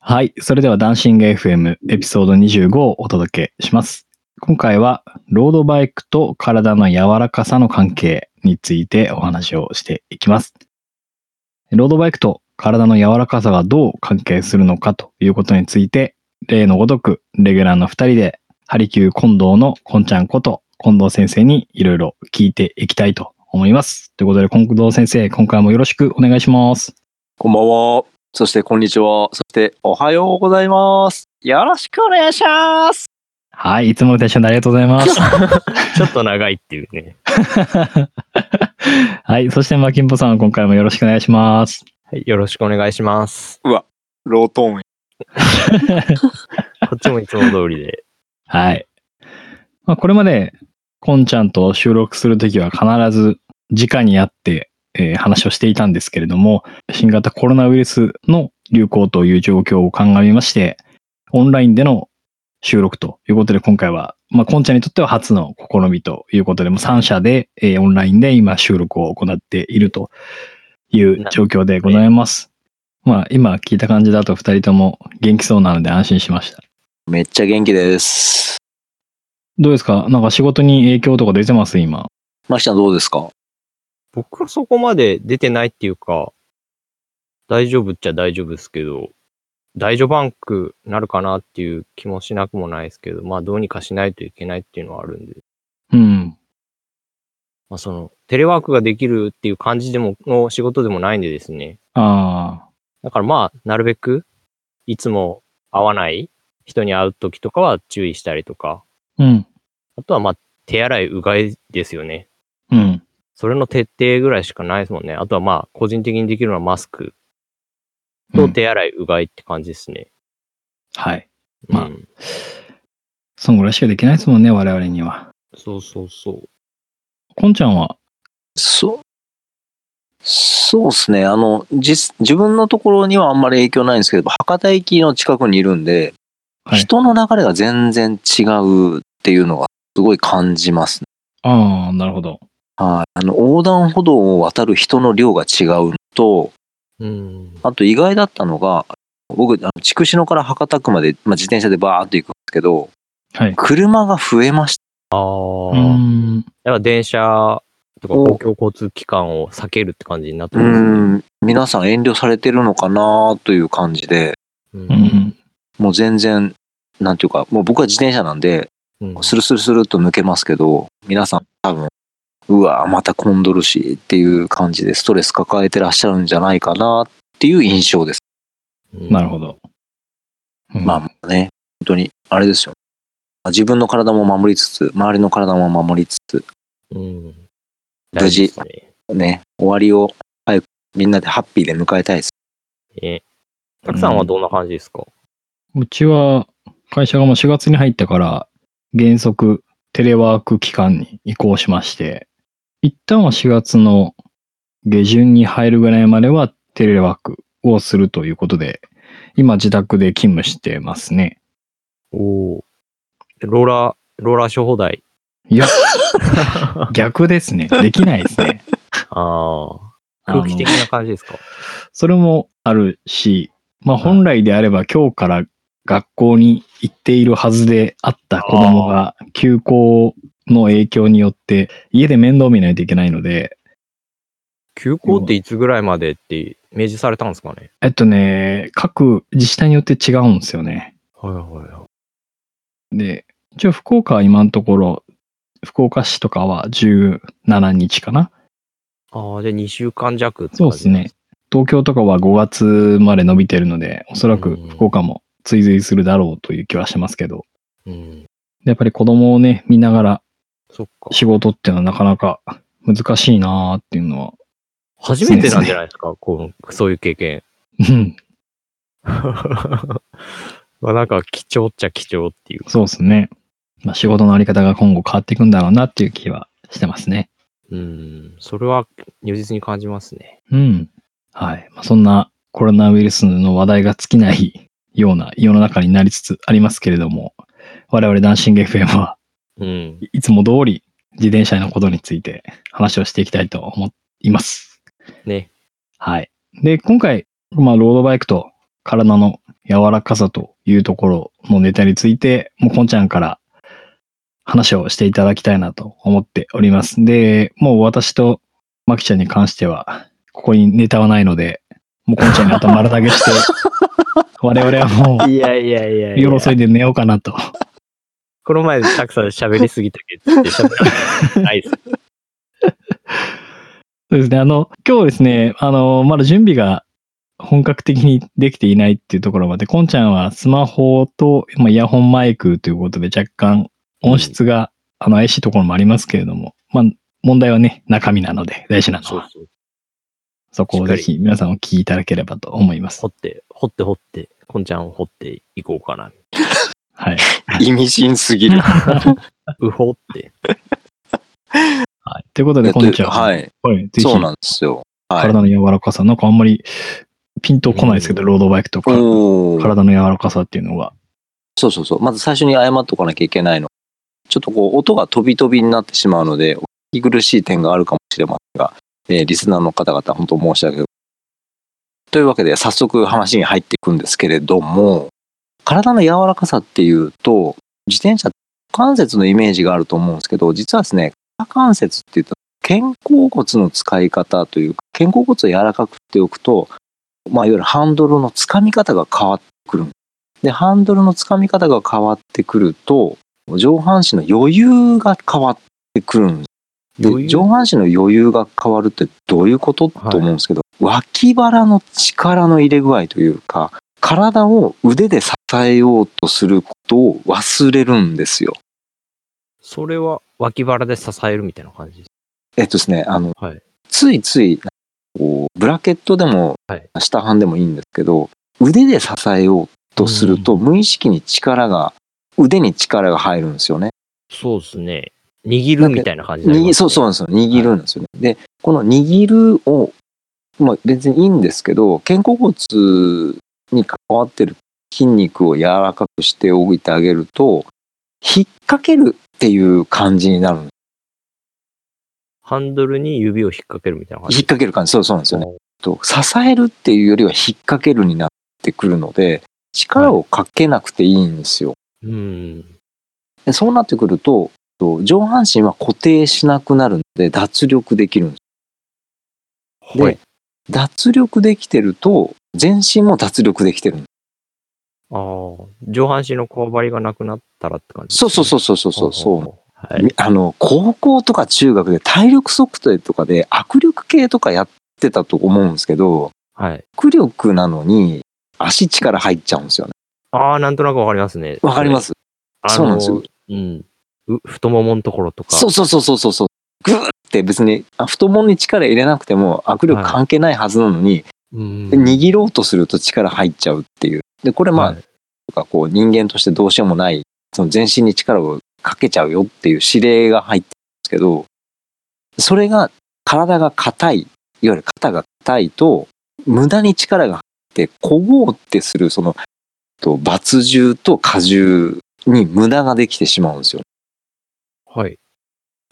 はい。それではダンシング FM エピソード25をお届けします。今回はロードバイクと体の柔らかさの関係についてお話をしていきます。ロードバイクと体の柔らかさがどう関係するのかということについて、例のごとくレギュラーの2人でハリキュー近藤のこんちゃんこと近藤先生にいろいろ聞いていきたいと思います。ということで近藤先生、今回もよろしくお願いします。こんばんは。そして、こんにちは。そして、おはようございます。よろしくお願いします。はい。いつものテンションでありがとうございます。ちょっと長いっていうね。はい。そして、マキンポさん、今回もよろしくお願いします。 はい、よろしくお願いします。ロートーン。こっちもいつも通りで。はい。まあ、これまで、こんちゃんと収録するときは必ず直に会って、えー話をしていたんですけれども、新型コロナウイルスの流行という状況を鑑みまして、オンラインでの収録ということで、今回は、まあ、こんちゃんにとっては初の試みということで、もう3社で、えーオンラインで今収録を行っているという状況でございます。まあ、今聞いた感じだと2人とも元気そうなので安心しました。めっちゃ元気です。どうですかなんか仕事に影響とか出てます今。マキちゃんどうですか 僕はそこまで出てないっていうか、大丈夫っちゃ大丈夫ですけど、大丈夫バンクなるかなっていう気もしなくもないですけど、まあどうにかしないといけないっていうのはあるんで、うん。まあその、テレワークができるっていう感じでも、の仕事でもないんでですね。あだからまあ、なるべく、いつも会わない人に会う時とかは注意したりとか、あ。うん。あとはまあ、手洗い、うがいですよね。うん。それの徹底ぐらいしかないですもんね。あとはまあ、個人的にできるのはマスクと手洗い、うがいって感じですね。はい。うん、まあそんぐらいしかできないですもんね、我々には。そうそうそう。こんちゃんは、そう。そうですね。あの、じ、自分のところにはあんまり影響ないんですけど、博多駅の近くにいるんで、はい人の流れが全然違うっていうのがすごい感じますね。ああ、なるほど。はい。あの、横断歩道を渡る人の量が違うのと、うん。あと意外だったのが、僕、あの筑紫野から博多区まで、まあ、自転車でバーっと行くんですけど、はい車が増えました。うあーあ。ん。やっぱ電車とかお公共交通機関を避けるって感じになってうますね。ん、皆さん遠慮されてるのかなという感じで、うんう。ん。もう全然、なんていうか、もう僕は自転車なんで、うんスルスルスルっと抜けますけど、皆さん多分、うわまた混んどるしっていう感じでストレス抱えてらっしゃるんじゃないかなっていう印象です。なるほ。ど。うんまあまあね、本当に、あれですよ。自分の体も守りつつ、周りの体も守りつつ、うん。無事大事ですね。ね、終わりを早くみんなでハッピーで迎えたいです。え、たくさんはどんな感じですか、うちは、会社がもう4月に入ったから、原則テレワーク期間に移行しまして、一旦は4月の下旬に入るぐらいまではテレワークをするということで、今自宅で勤務してますね。おおー。ローラー、ローラー処方台。いや、逆ですね。できないですね。ああ。空気的あのな感じですかそれもあるし、まあ本来であれば今日から学校に行っているはずであった子供が休校の影響によって家で面倒見ないといけないので、休校っていつぐらいまでって明示されたんですかねえっとね、各自治体によって違うんですよね。はいはいはで、一応福岡は今のところ、福岡市とかは17日かな。ああ、じゃあ2週間弱ってそうで感じすね。。東京とかは5月まで伸びてるので、おそらく福岡も追随するだろうという気はしてますけど、うん。でやっぱり子供をね、見ながらそっか。仕事っていうのはなかなか難しいなーっていうのは、初めてなんじゃないですかこう、そういう経験。 うんまあなんか貴重っちゃ貴重っていう。そうですね。まあ、仕事のあり方が今後変わっていくんだろうなっていう気はしてますね。うん。それは如実に感じますね。うん。はい。まあ、そんなコロナウイルスの話題が尽きないような世の中になりつつありますけれども、我々ダンシング FM はうん。いつも通り自転車のことについて話をしていきたいと思います。ね。はい。で、今回、まあ、ロードバイクと体の柔らかさというところのネタについて、もうこんちゃんから話をしていただきたいなと思っております。で、もう私とまきちゃんに関しては、ここにネタはないので、もうこんちゃんに頭丸投げ して、我々はもいやいやいやう、よろそいで寝ようかなと。この前、たくさん喋りすぎたけ ど、って喋らなかったないでそす。うですね。あの、今日ですね、あの、まだ準備が本格的にできていないっていうところまで、こんちゃんはスマホと、まあ、イヤホンマイクということで若干音質が、あの怪しいところもありますけれども、まあ、問題はね、中身なので、大事なのそうは、そう。そこをぜひ皆さんお聞きいただければと思います掘。って、掘って掘って、こんちゃんを掘っていこうかな。はい。意味深すぎる。うほって。はい、ということで、こんちゃん、はいい。はい、ぜひそうなんですよ。はい。体の柔らかさ、なんかあんまりピンとこないですけど、うんロードバイクとか、おー体の柔らかさっていうのが。そうそうそう。まず最初に謝っとかなきゃいけないの。ちょっとこう、音が飛び飛びになってしまうので、お聞き苦しい点があるかもしれませんが、えーリスナーの方々、本当申し訳ない。というわけで、早速話に入っていくんですけれども、体の柔らかさっていうと、自転車、股関節のイメージがあると思うんですけど、実はですね、股関節って言うと、肩甲骨の使い方というか、肩甲骨を柔らかくしておくと、まあ、いわゆるハンドルのつかみ方が変わってくるんですで、ハンドルのつかみ方が変わってくると、上半身の余裕が変わってくるんです。余で、裕上半身の余裕が変わるってどういうこと、はいと思うんですけど、脇腹の力の入れ具合というか、体を腕で支えようとすることを忘れるんですよ。それは脇腹で支えるみたいな感じです。えっとですね、あの、はいついつい、こうブラケットでもはい、下半でもいいんですけど、腕で支えようとすると、無意識に力が、腕に力が入るんですよね。そうですね。握るみたいな感じになり握ます、ね。そうそうなんですよ。握るんですよね。で、この握るを、まあ別にいいんですけど、肩甲骨に関わってる筋肉を柔らかくしておいてあげると、引っ掛けるっていう感じになるんでハンドルに指を引っ掛けるみたいな感す。じ引っ掛ける感じ。そうそうなんですよね。ね。と支えるっていうよりは引っ掛けるになってくるので、力をかけなくていいんですよ。うん。でそうなってくると、と上半身は固定しなくなるので脱力できるんですではい。脱力できてると、全身も脱力できてるんでああ、上半身のこわばりがなくなったらって感じす。そうそうそううそうそうそうそう。う。はい。あの、高校とか中学で体力測定とかで握力系とかやってたと思うんですけど、はい。握力なのに足力入っちゃうんですよね。ああ、なんとなくわかりますね。。わかりますすあのそうなんですよ。うん。う太もものところとか。そうそうそうそうそうそう。グーって別にあ太ももに力入れなくても握力関係ないはずなのに、うん。握ろうとすると力入っちゃうっていう。で、これまあ、はいとかこう人間としてどうしようもない、その全身に力をかけちゃうよっていう指令が入ってるんですけど、それが体が硬い、いわゆる肩が硬いと、無駄に力が入って、こごうってする、その、と、罰重と荷重に無駄ができてしまうんですよ。はい。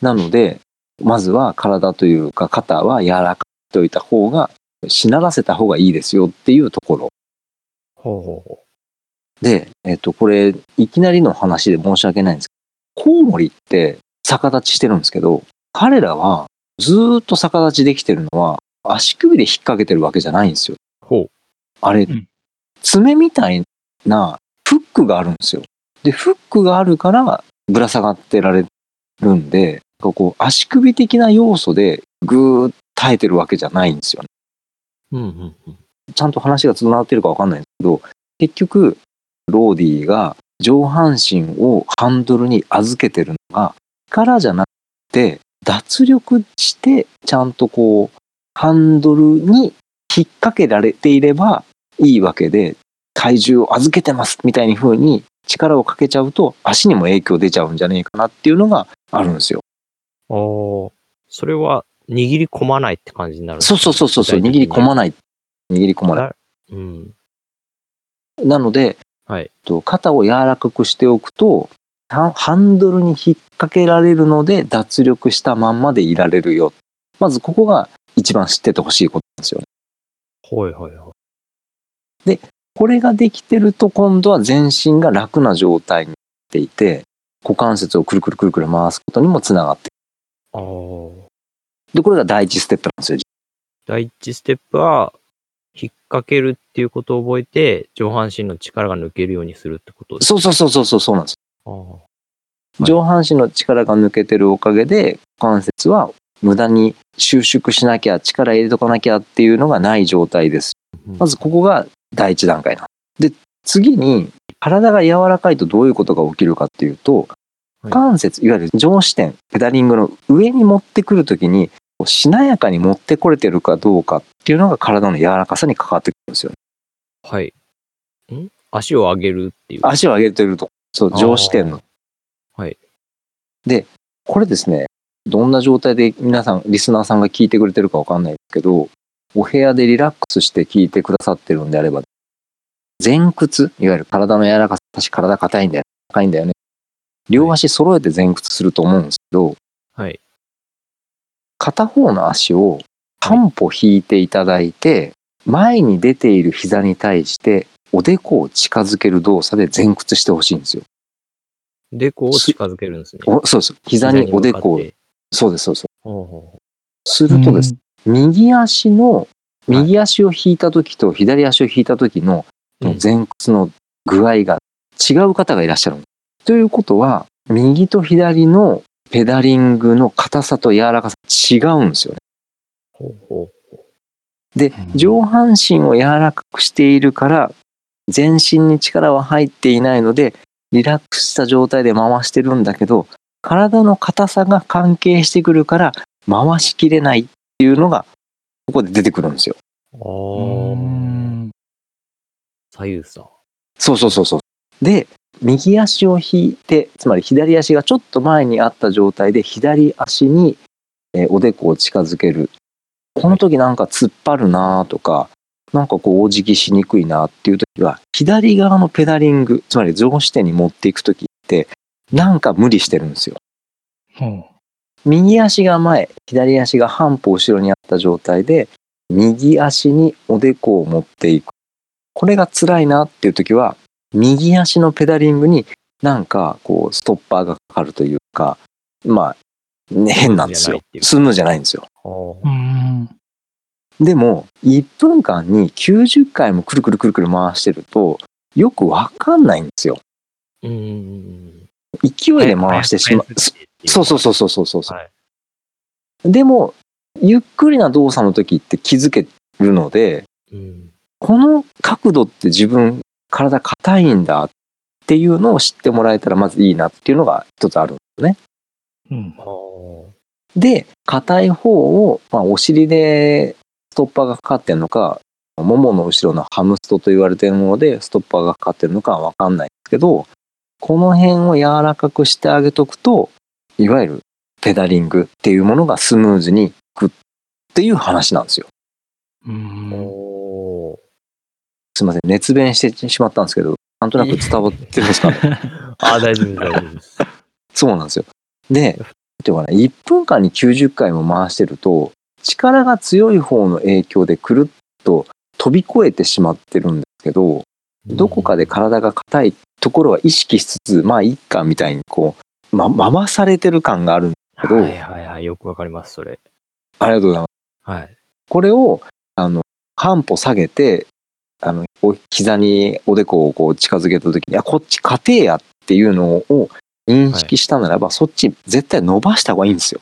なので、まずは体というか肩は柔らかくしておいた方が、しならせた方がいいですよっていうところ。ほうほうほで、えっと、これ、いきなりの話で申し訳ないんですけど、コウモリって逆立ちしてるんですけど、彼らはずーっと逆立ちできてるのは、足首で引っ掛けてるわけじゃないんですよ。う。ほう。あれ、ん爪みたいなフックがあるんですよ。で、フックがあるからぶら下がってられるんで、こう、足首的な要素でぐーっと耐えてるわけじゃないんですよ。うんうんうん。ちゃんと話がつながってるかわかんないんですけど、結局、ローディが上半身をハンドルに預けてるのが、力じゃなくて、脱力して、ちゃんとこう、ハンドルに引っ掛けられていればいいわけで、体重を預けてますみたいに風に力をかけちゃうと、足にも影響出ちゃうんじゃねえかなっていうのがあるんですよ。ああ、それは握り込まないって感じになるんですそねうそうそうそうそう、握り込まない。握り込まない。うん。なので、はいと肩を柔らかくしておくと、ハハンドルに引っ掛けられるので、脱力したまんまでいられるよ。まずここが一番知っててほしいことなんですよね。はいはいはい。これができてると今度は全身が楽な状態になっていて、股関節をくるくるくるくる回すことにもつながっていああ。くで、これが第一ステップなんですよ。第一ステップは、引っ掛けるっていうことを覚えて、上半身の力が抜けるようにするってことです。そうそうそうそうそうそうなんです。あはい上半身の力が抜けてるおかげで、股関節は無駄に収縮しなきゃ、力入れとかなきゃっていうのがない状態です。ーまずここが第一段階なんです。で、次に、体が柔らかいとどういうことが起きるかっていうと、はい股関節、いわゆる上支点、ペダリングの上に持ってくるときに、こうしなやかに持ってこれてるかどうかっていうのが体の柔らかさに関わってくるんですよね。はい。ん足を上げるっていう。足を上げてると、そう、上支点のこれですね、どんな状態で皆さん、リスナーさんが聞いてくれてるかわかんないですけど、お部屋でリラックスして聞いてくださってるんであれば、前屈、いわゆる体の柔らかさ、私体硬いんだよね、硬いんだよね。両足揃えて前屈すると思うんですけど、はい。片方の足を半歩引いていただいて、前に出ている膝に対して、おでこを近づける動作で前屈してほしいんですよ。で、こう近づけるんですね。おそうです。膝におでこを膝に、向かってそうです、そうです。ほうほするとですねす。右足の、右足を引いた時と左足を引いた時のうほううん前屈の具合が違う方がいらっしゃる。ということは、右と左のペダリングの硬さと柔らかさ違うんですよね。ほうほで、うん上半身を柔らかくしているから、全身に力は入っていないので、リラックスした状態で回してるんだけど、体の硬さが関係してくるから、回しきれないっていうのが、ここで出てくるんですよ。う。ああ。ん左右差。そうそうそうそう。で、右足を引いて、つまり左足がちょっと前にあった状態で、左足に、えーおでこを近づける。この時なんか突っ張るなとか、なんかこう、お辞儀しにくいなっていう時は、左側のペダリング、つまり上支点に持っていく時って、なんか無理してるんですよ。ほ右足が前、左足が半歩後ろにあった状態で、右足におでこを持っていく。これが辛いなっていう時は、右足のペダリングになんかこうストッパーがかかるというか、まあ、ね、変なんですよ。ススムーズじゃないんですよ。あーううんでも、1分間に90回もくるくるくるくる回してると、よくわかんないんですよ。うんうんうん勢いで回してしまう。そうそうそうそうそうそうそう、はいでも、ゆっくりな動作の時って気づけるので、うん。うん。この角度って自分、体硬いんだっていうのを知ってもらえたらまずいいなっていうのが一つあるんですね。うんああ。で、硬い方を、まあ、お尻でストッパーがかかってんのか、ももの後ろのハムストと言われてるものでストッパーがかかってるのかはわかんないんですけど、この辺を柔らかくしてあげとくと、いわゆるペダリングっていうものがスムーズにいくっていう話なんですよ。うんおーすいません、熱弁してしまったんですけど、なんとなく伝わってるんですかね。あー、大丈夫です、大丈夫です。 そうなんですよ。で、っていうかね、1分間に90回も回してると、力が強い方の影響でくるっと飛び越えてしまってるんですけど、どこかで体が硬いところは意識しつつ、まあ、いっかみたいにこう、ま、回されてる感がある。けどはいはいはい。よくわかります、それ。ありがとうございます。はい。これを、あの、半歩下げて、あの、お膝におでこをこう近づけた時に、あ、こっち硬えやっていうのを認識したならば、そっち絶対伸ばした方がいいんですよ。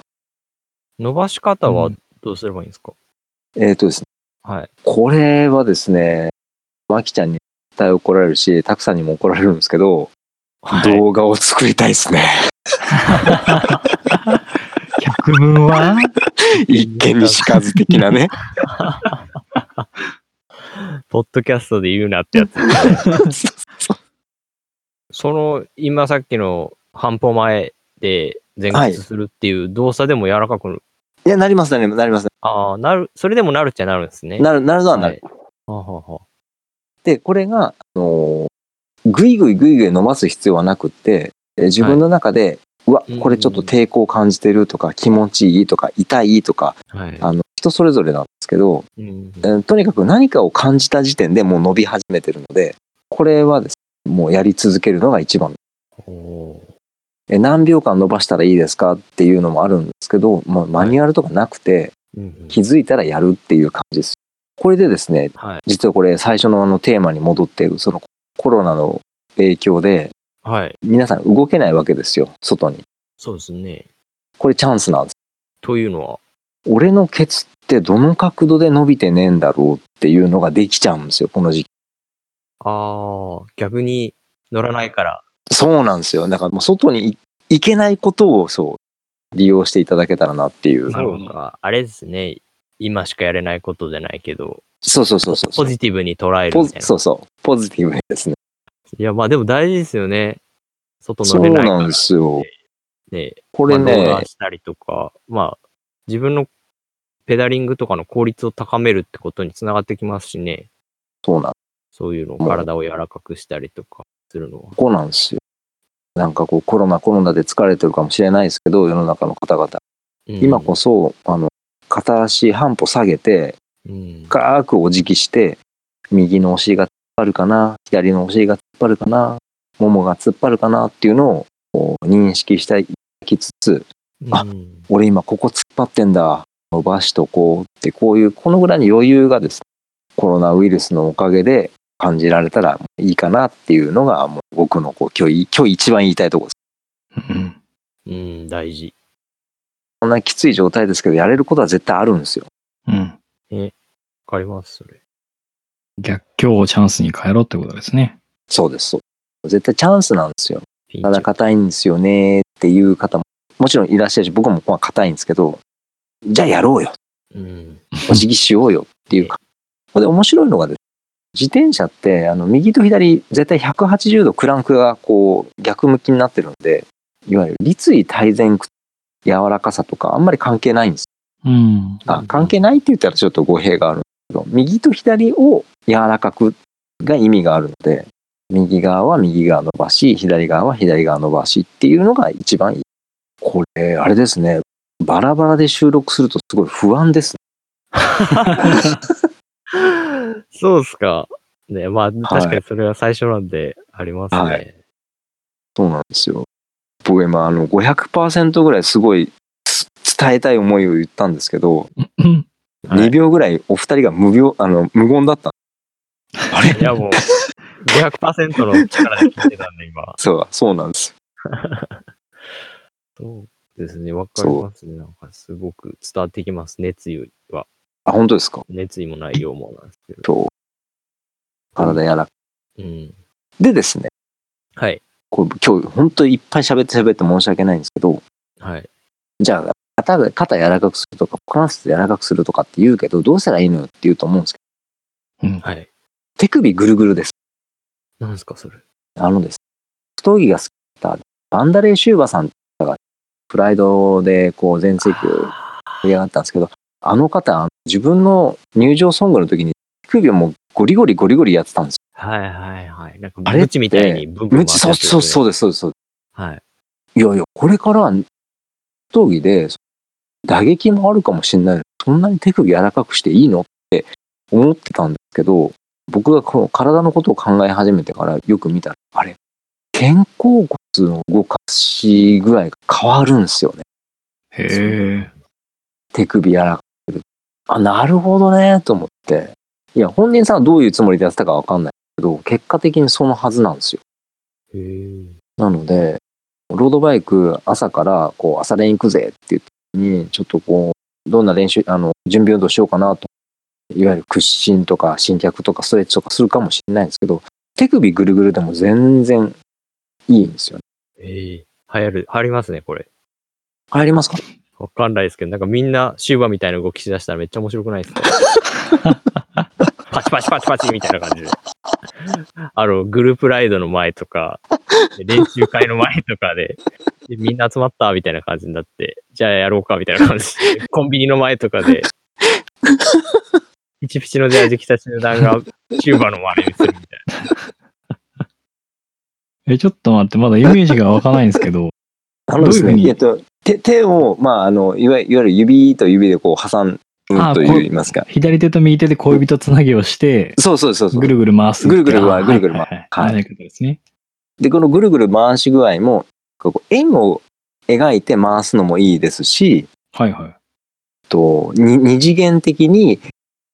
伸ばし方はどうすればいいんですか、えっ、とですねはい。これはですね、まきちゃんに絶対怒られるし、たくさんにも怒られるんですけど、はい。動画を作りたいですね。 百分は一見にしかず的な ね。ポッドキャストで言うなってやつ。 その、今さっきの半歩前で前屈するっていう動作でも柔らかく、いや、なります、なります、なります。ああ、なる、それでもなるっちゃなるんですね。なる、なるのはなる。はいはあはあはあで、これが、あのーぐいぐいぐいぐい飲ます必要はなくって、えー自分の中で、うんううんわ、これちょっと抵抗感じてるとか、気持ちいいとか、痛いとか、はい。あの、人それぞれなんですけど、うんえーとにかく何かを感じた時点でもう伸び始めてるので、これはですね、もうやり続けるのが一番。おーえ何秒間伸ばしたらいいですかっていうのもあるんですけど、もうマニュアルとかなくて、うんうん気づいたらやるっていう感じです。これでですね、はい。実はこれ最初のあのテーマに戻っている、そのコロナの影響で、はい。皆さん動けないわけですよ、外に。そうですね。これチャンスなんです。というのは、俺のケツってどの角度で伸びてねえんだろうっていうのができちゃうんですよ、この時期。ああ、逆に乗らないから。そうなんですよ。だからもう外にい行けないことをそう、利用していただけたらなっていう。なるほどそうか。あれですね。今しかやれないことじゃないけど、そうそうそうそう。ポジティブに捉えるポみジたいなそ。うそう。ポジティブにですね。いや、まあでも大事ですよね。外そ乗うれないから。なんですよ。ね、ここれね、したりとか、まあ、自分のペダリングとかの効率を高めるってことにつながってきますしね。そうなんそういうのをもう体を柔らかくしたりとかするのは。こうなんですよ。なんかこうコロナコロナで疲れてるかもしれないですけど、世の中の方々。今こそ、あの、片足半歩下げて、うん、うん、深くお辞儀して、右のお尻が突っ張るかな、左のお尻が突っ張るかな、ももが突っ張るかなっていうのをこう認識していただきつつ、あうん俺今ここ突っ張ってんだ、伸ばしとこうって、こういう、このぐらいの余裕がですね、コロナウイルスのおかげで感じられたらいいかなっていうのが、もう僕のこう今日、今日一番言いたいところです。うんうん、大事。こんなきつい状態ですけど、やれることは絶対あるんですよ。うん。わかります、それ。逆境をチャンスに変えろってことですね。そうです、そう。絶対チャンスなんですよ。ピン体硬いんですよねっていう方も、もちろんいらっしゃるし、僕もまあ硬いんですけど、じゃあやろうよ。うん。お辞儀しようよっていうか。これ面白いのがですね、自転車って、あの、右と左、絶対180度クランクがこう、逆向きになってるんで、いわゆる立位体前屈、柔らかさとか、あんまり関係ないんです。うん。あ、関係ないって言ったらちょっと語弊があるんですけど、右と左を柔らかくが意味があるので、右側は右側伸ばし、左側は左側伸ばしっていうのが一番いい。これ、あれですね。バラバラで収録するとすごい不安ですね。 そうっすか。ね、まあ、確かにそれは最初なんでありますね。はそうなんですよ。僕今、あの、500%ぐらいすごいつ伝えたい思いを言ったんですけど、うん。はい2秒ぐらいお二人が無秒、あの、無言だった。あれい や、もう、500%の力で聞いてたんで、今。そう、そうなんです。そうですね、わかりますね。なんかすごく伝わってきます。熱意は。あ、本当ですか熱意も内容もなんですけど。そう。体柔らかく。うん。でですね。はい。こう今日本当いっぱい喋って喋って申し訳ないんですけど、はい。じゃあ肩が、肩柔らかくするとか、股関節柔らかくするとかって言うけど、どうしたらいいのよって言うと思うんですけど、うん。はい。手首ぐるぐるです。なんですか、それ。あのです。太着が好きだった、バンダレーシューバさんって方が、プライドでこう全盛期を盛り上がったんですけど、あの方、自分の入場ソングの時に手首をもうゴリゴリゴリゴリやってたんですはいはいはい。なんか、あれってムチみたいにブンよ。ブン。むち、そうそうそううです、そうです、そうではい。す。いやいや、これからは、太着で、打撃もあるかもしれない。そんなに手首柔らかくしていいのって思ってたんですけど、僕がこの体のことを考え始めてからよく見たら、あれ、肩甲骨の動かし具合が変わるんですよね。へえ。手首柔らかくする。あ、なるほどね、と思って。いや、本人さんはどういうつもりでやってたかわかんないけど、結果的にそのはずなんですよ。へえ。なので、ロードバイク朝からこう朝練行くぜって言ってに、ちょっとこう、どんな練習、あの、準備運動しようかなと。いわゆる屈伸とか伸脚とかストレッチとかするかもしれないんですけど、手首ぐるぐるでも全然いいんですよね。ええ。流行る、流行りますね、これ。入りますかわかんないですけど、なんかみんなシューバみたいな動きしだしたらめっちゃ面白くないですかパチパチパチパチみたいな感じで。あの、グループライドの前とか、練習会の前とかで、でみんな集まったみたいな感じになって、じゃあやろうかみたいな感じで、コンビニの前とかで、ピチピチのジャージ着た集団がシューバの周りにするみたいな。え、ちょっと待って、まだイメージが湧かないんですけ ど。あのですどうね、いうえっと、手、手を、まあ、あの、いわいわゆる指と指でこう挟んうんと言いますか。左手と右手で恋人つなぎをして、そうそうそうそうぐ。るぐる回すって。ぐるぐるはあーぐるぐる回はいはいはいはい。あれのことですね。で、このぐるぐる回し具合も、こう円を描いて回すのもいいですし、はいはい。とに二次元的に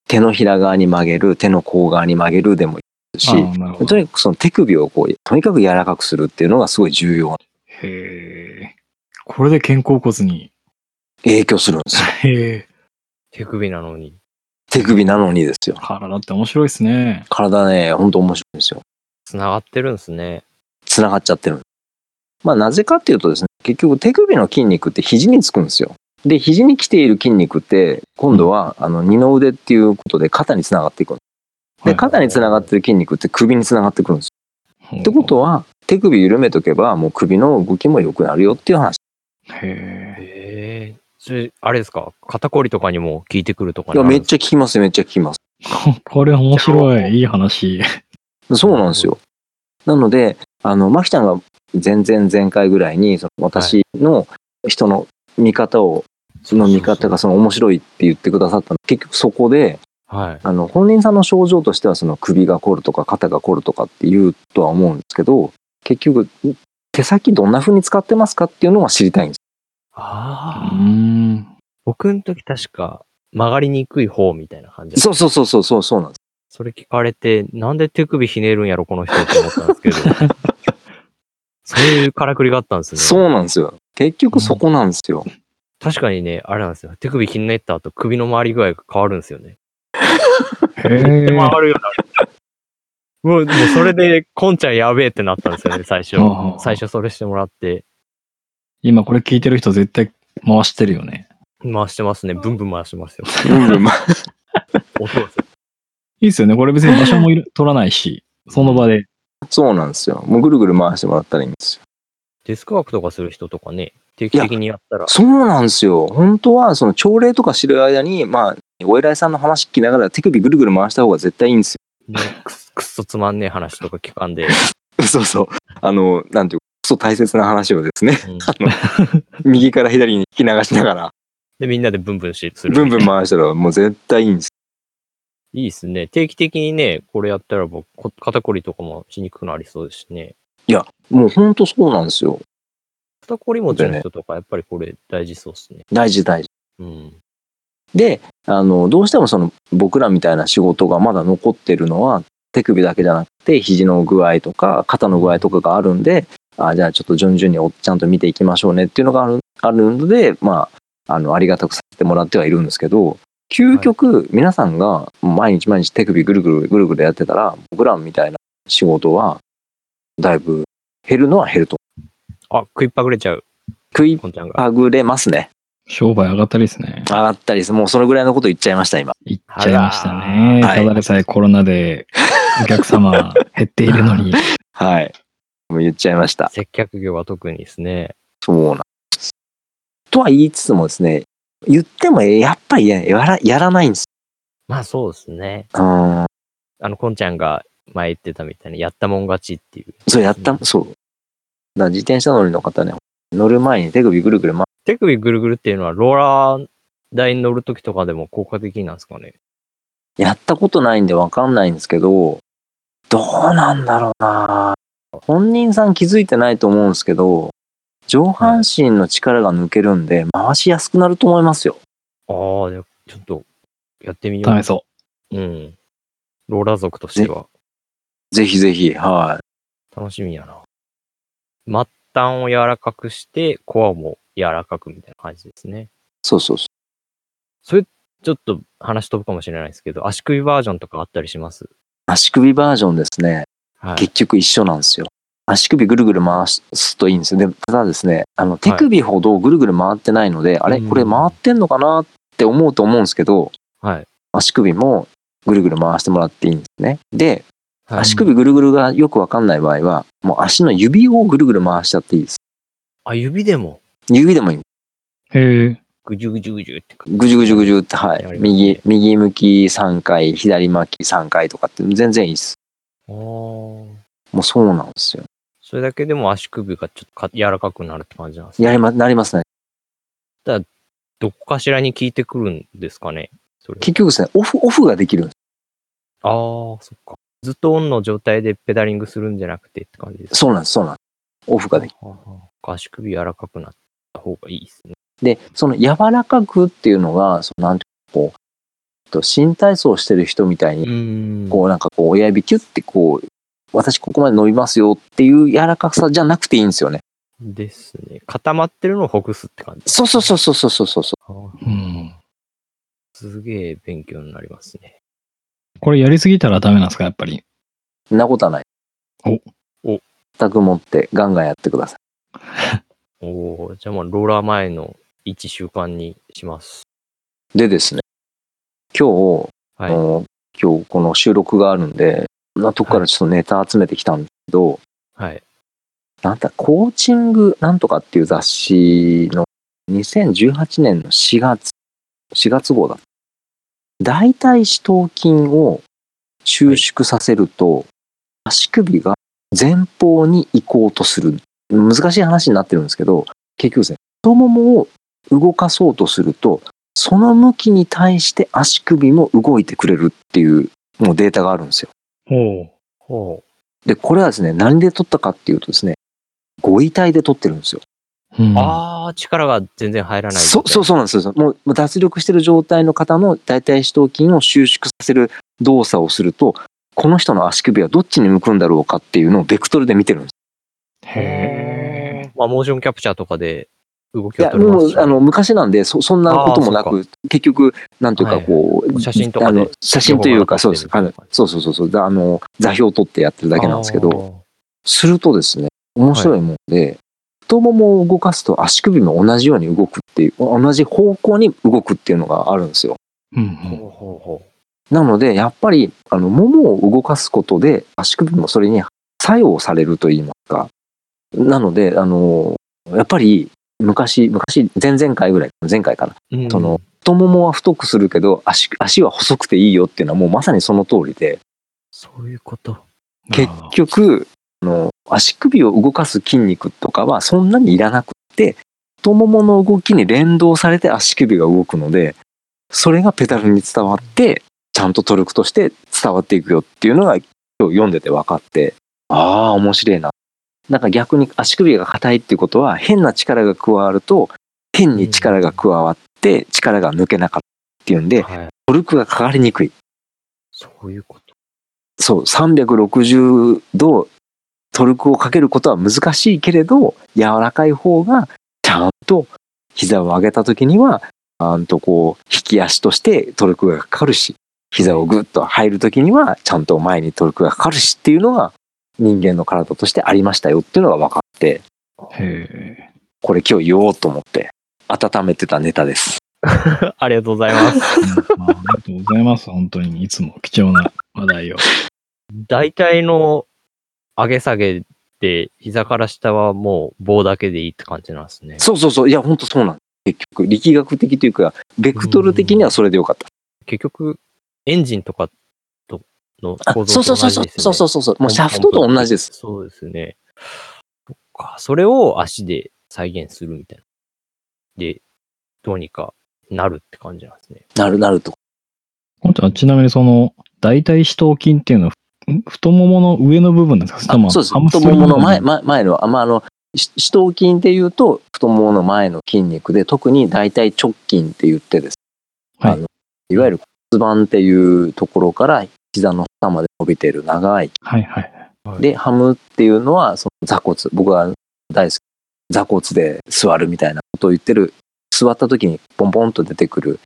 手のひら側に曲げる、手の甲側に曲げるでもいいですし、あーなるほとど。にかくその手首をこう、とにかく柔らかくするっていうのがすごい重要、へえ。これで肩甲骨に。影響するんですよ。へえ。手首なのに。手首なのにですよ。体って面白いですね。体ね、ほんと面白いんですよ。繋がってるんですね。繋がっちゃってる。まあなぜかっていうとですね、結局手首の筋肉って肘につくんですよ。で、肘に来ている筋肉って、今度は、あの、二の腕っていうことで肩につながっていくんです。で、肩につながってる筋肉って首につながってくるんですよ。っってことは、手首緩めとけば、もう首の動きも良くなるよっていう話。へえ。へえ。それ、あれですか肩こりとかにも効いてくるとかいや、めっちゃ効きますよめっちゃ効きます。これ面白い。いい話。そうなんですよ。なので、あの、マキちゃんが前々前回ぐらいに、その私の人の見方を、その見方がその面白いって言ってくださったの。結局そこで、ゃ。はい。あの、本人さんの症状としては、その首が凝るとか肩が凝るとかって言うとは思うんですけど、結局、手先どんな風に使ってますかっていうのは知りたいんです。うああ。ーん。僕の時確か曲がりにくい方みたいな感じだったそうそうそうそうそうそうなんです。それ聞かれて、なんで手首ひねるんやろ、この人って思ったんで すけど。そういうからくりがあったんですね。そうなんですよ。結局そこなんですよ。確かにね、あれなんですよ。手首ひねった後、首の回り具合が変わるんですよね。へえ。回るようになる。もう、もうそ れで、こんちゃんやべえってなったんですよね、最初うんうんう。ん最初それしてもらって、今これ聞いてる人絶対回してるよね。回してますね。ブンブン回してますよ。うんうんまあ音ですよ。いいですよね。これ別に場所もいる取らないし、その場で。そうなんですよ。もうぐるぐる回してもらったらいいんですよ。デスクワークとかする人とかね、定期的にやったら、そうなんですよ。本当は、その朝礼とかしてる間に、まあ、お偉いさんの話聞きながら手首ぐるぐる回した方が絶対いいんですねくっくっそつまんねえ話とか聞かんで、よ。 そうそう。あの、なんていうか、そう大切な話をですね、 うん右から左に聞き流しながら、 で、みんなでブンブンしする。ブンブン回したらもう絶対いいんです。いいですね。定期的にね、これやったら僕、こ肩こりとかもしにくくなりそうですしね。もう本当そうなんですよ。肩こり持ちの人とか、やっぱりこれ大事そうですね。大事大事。うん。で、あの、どうしてもその僕らみたいな仕事がまだ残ってるのは、手首だけじゃなくて、肘の具合とか、肩の具合とかがあるんで、あじゃあちょっと順々におちゃんと見ていきましょうねっていうのがあるあるので、まあ、あの、ありがたくさせてもらってはいるんですけど、究極、皆さんが毎日毎日手首ぐるぐるぐるぐるやってたら、僕らみたいな仕事は、だいぶ減るのは減ると。あ、食いっぱぐれちゃう、食いこんちゃんが。あぐれますね。商売上がったりですね。上がったりすもうそのぐらいのこと言っちゃいました、今。行っちゃいましたね。あらーただでさえコロナでお客様減っているのに。はい。もう言っちゃいました。接客業は特にですね。そうなんです。とは言いつつもですね、言ってもやっぱりねやらやらないんです。まあそうですね。うん。あの、こんちゃんが前言ってたみたいに、やったもん勝ちっていう。そうやった、そう。だから自転車乗りの方ね、乗る前に手首ぐるぐる回手首ぐるぐるっていうのは、ローラー台に乗るときとかでも効果的なんですかね。やったことないんでわかんないんですけど、どうなんだろうな本人さん気づいてないと思うんですけど、上半身の力が抜けるんで、回しやすくなると思いますよ。ああ、じゃあちょっと、やってみよ。ダメそううん。ローラー族としては。ぜひぜひ、はい。楽しみやな。末端を柔らかくして、コアも柔らかくみたいな感じですね。そうそうそう。ちょっと話飛ぶかもしれないですけど、足首バージョンとかあったりします。足首バージョンですね。はい。結局一緒なんですよ。足首ぐるぐる回すといいんですよ。で、ただですね、あの、手首ほどぐるぐる回ってないので、あれうんこれ回ってんのかなって思うと思うんですけど、はい。足首もぐるぐる回してもらっていいんですね。で、はい足首ぐるぐるがよくわかんない場合は、もう足の指をぐるぐる回しちゃっていいです。あ、指でも、指でもいい。。へえ。ぐじゅぐじゅぐじゅって感じぐじゅぐじゅぐじゅって、はいや。りますね右、右向き3回、左巻き3回とかって全然いいです。あーもうそうなんですよ。それだけでも足首がちょっとか柔らかくなるって感じなんですやね。りま、なりますね。どこかしらに効いてくるんですかね。それ。結局ですね、オフ、オフができるんです。ああ、そっか。ずっとオンの状態でペダリングするんじゃなくてって感じですか。そうなんです、そうなんです。オフができるあー足首柔らかくなった方がいいですね。で、その柔らかくっていうのが、そのなんていうかこう、えっと新体操してる人みたいに、んこうなんかこう親指キュッてこう、私ここまで伸びますよっていう柔らかさじゃなくていいんですよね。ですね。固まってるのをほぐすって感じ。そうそうそうそうそうそうそう。あーうん。すげえ勉強になりますね。これやりすぎたらダメなんですか、やっぱり。そんなことはない。おお全く持ってガンガンやってください。おお、じゃあまあ、ローラー前の1週間にします。でですね、今日、はいあ。の今日この収録があるんで、そんなとこからちょっとネタ集めてきたんですけど、はい。なんだ、コーチングなんとかっていう雑誌の2018年の4月、4月号だ。大腿四頭筋を収縮させると、足首が前方に行こうとする。難しい話になってるんですけど、結局ですね、太ももを動かそうとすると、その向きに対して足首も動いてくれるっていう、もうデータがあるんですよ。おほう。で、これはですね、何で取ったかっていうとですね、ご遺体で取ってるんですよ。うん、ああ、力が全然入らない。そうそうそうなんですよ。もうもう脱力してる状態の方の大腿四頭筋を収縮させる動作をすると、この人の足首はどっちに向くんだろうかっていうのをベクトルで見てるんです。へえ。まあ、モーションキャプチャーとかで動きいをや、取れまもすうあの昔なんでそ、そんなこともなあーそく、結局、なんていうかこう、はい写真とかであの写真というか、情そ報うがです載ってるあのそうそうそうそう、だあの、座標を取ってやってるだけなんですけど、ど。するとですね、面白いもんで、太ももを動かすと足首も同じように動くっていう、同じ方向に動くっていうのがあるんですよ。うあーんほうほうほなので、やっぱり、あの、ももを動かすことで、足首もそれに作用されるといいますか。なので、あの、やっぱり、昔、昔、前々回ぐらい、前回かな。う。うんその、太ももは太くするけど、足、足は細くていいよっていうのは、もうまさにその通りで、そういうこと。結局、あの、足首を動かす筋肉とかは、そんなにいらなくって、太ももの動きに連動されて足首が動くので、それがペダルに伝わって、ちゃんとトルクとして伝わっていくよっていうのが今日読んでて分かって、ああ、面白いな。なんか逆に足首が硬いっていうことは、変な力が加わると、変に力が加わって、力が抜けなかったっていうんで、はい。トルクがかかりにくい。そういうこと。 そう、360度トルクをかけることは難しいけれど、柔らかい方がちゃんと膝を上げた時には、ちゃんとこう、引き足としてトルクがかかるし、膝をぐっと入る時には、ちゃんと前にトルクがかかるしっていうのが、人間の体としてありましたよっていうのが分かって、へこれ今日言おうと思って、温めてたネタです。ありがとうございます。え、まあ。ありがとうございます。本当にいつも貴重な話題を。大体の上げ下げで、膝から下はもう棒だけでいいって感じなんですね。そうそうそう、いや、ほんとそうなんです。結局、力学的というか、ベクトル的にはそれでよかった。結局、エンジンとかとのあ構そ造うそとうそ同うそじでうすね。そうそうそうそう。もうシャフトと同じです。。そうですね。そっか。それを足で再現するみたいな。で、どうにかなるって感じなんですね。なるなると。こんちゃん、ちなみにその、大腿四頭筋っていうのは、ん太ももの上の部分なんですかあそうです。太ももの前、前前の、あまあ、あの、し四頭筋で言うと、太ももの前の筋肉で、特に大腿直筋って言ってです。はいあのいわゆる骨盤っていうところから膝の下まで伸びてる長い。はいはい。で、ハムっていうのは、その座骨。僕が大好き。座骨で座るみたいなことを言ってる。座った時にポンポンと出てくる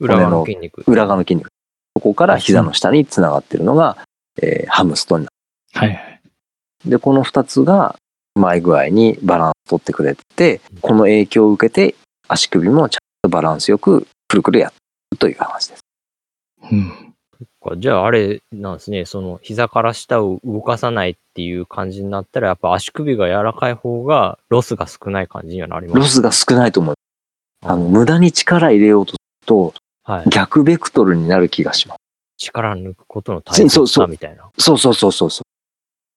裏側の筋肉。裏側の筋肉。そこから膝の下につながってるのが、えーハムストになるはいはい。で、この二つが、うまい具合にバランス取ってくれてて、この影響を受けて、足首もちゃんとバランスよく、くるくるやるという話です。うん。そっかじゃああれなんですね。その膝から下を動かさないっていう感じになったら、やっぱ足首が柔らかい方がロスが少ない感じにはなります。ロスが少ないと思う。あの、うん無駄に力入れようとすると、はい。逆ベクトルになる気がしま力抜くことの大切そうそさうみたいな。す。そうそうそうそうそう。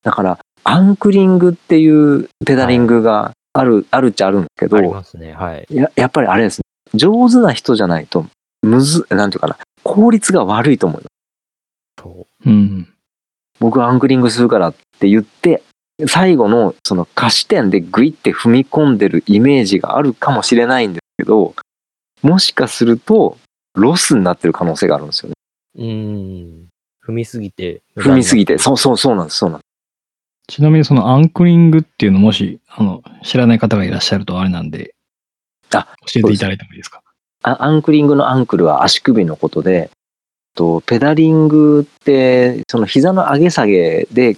だから、アンクリングっていうペダリングがある、あるっちゃあるんだけど、ありますね。はい。ややっぱりあれですね。上手な人じゃないと、むず、なんていうかな。効率が悪いと思います。そうん。僕アングリングするからって言って、最後のその歌詞点でグイって踏み込んでるイメージがあるかもしれないんですけど、もしかすると、ロスになってる可能性があるんですよね。う。うん。踏みすぎて。踏みすぎて。そうそうそうなんです、そうなんでちなみにそのアンクリングっていうのもし、あの、知らない方がいらっしゃるとあれなんで、あ教えていただいてもいいですかす。あアンクリングのアンクルは足首のことで、とペダリングって、その膝の上げ下げで、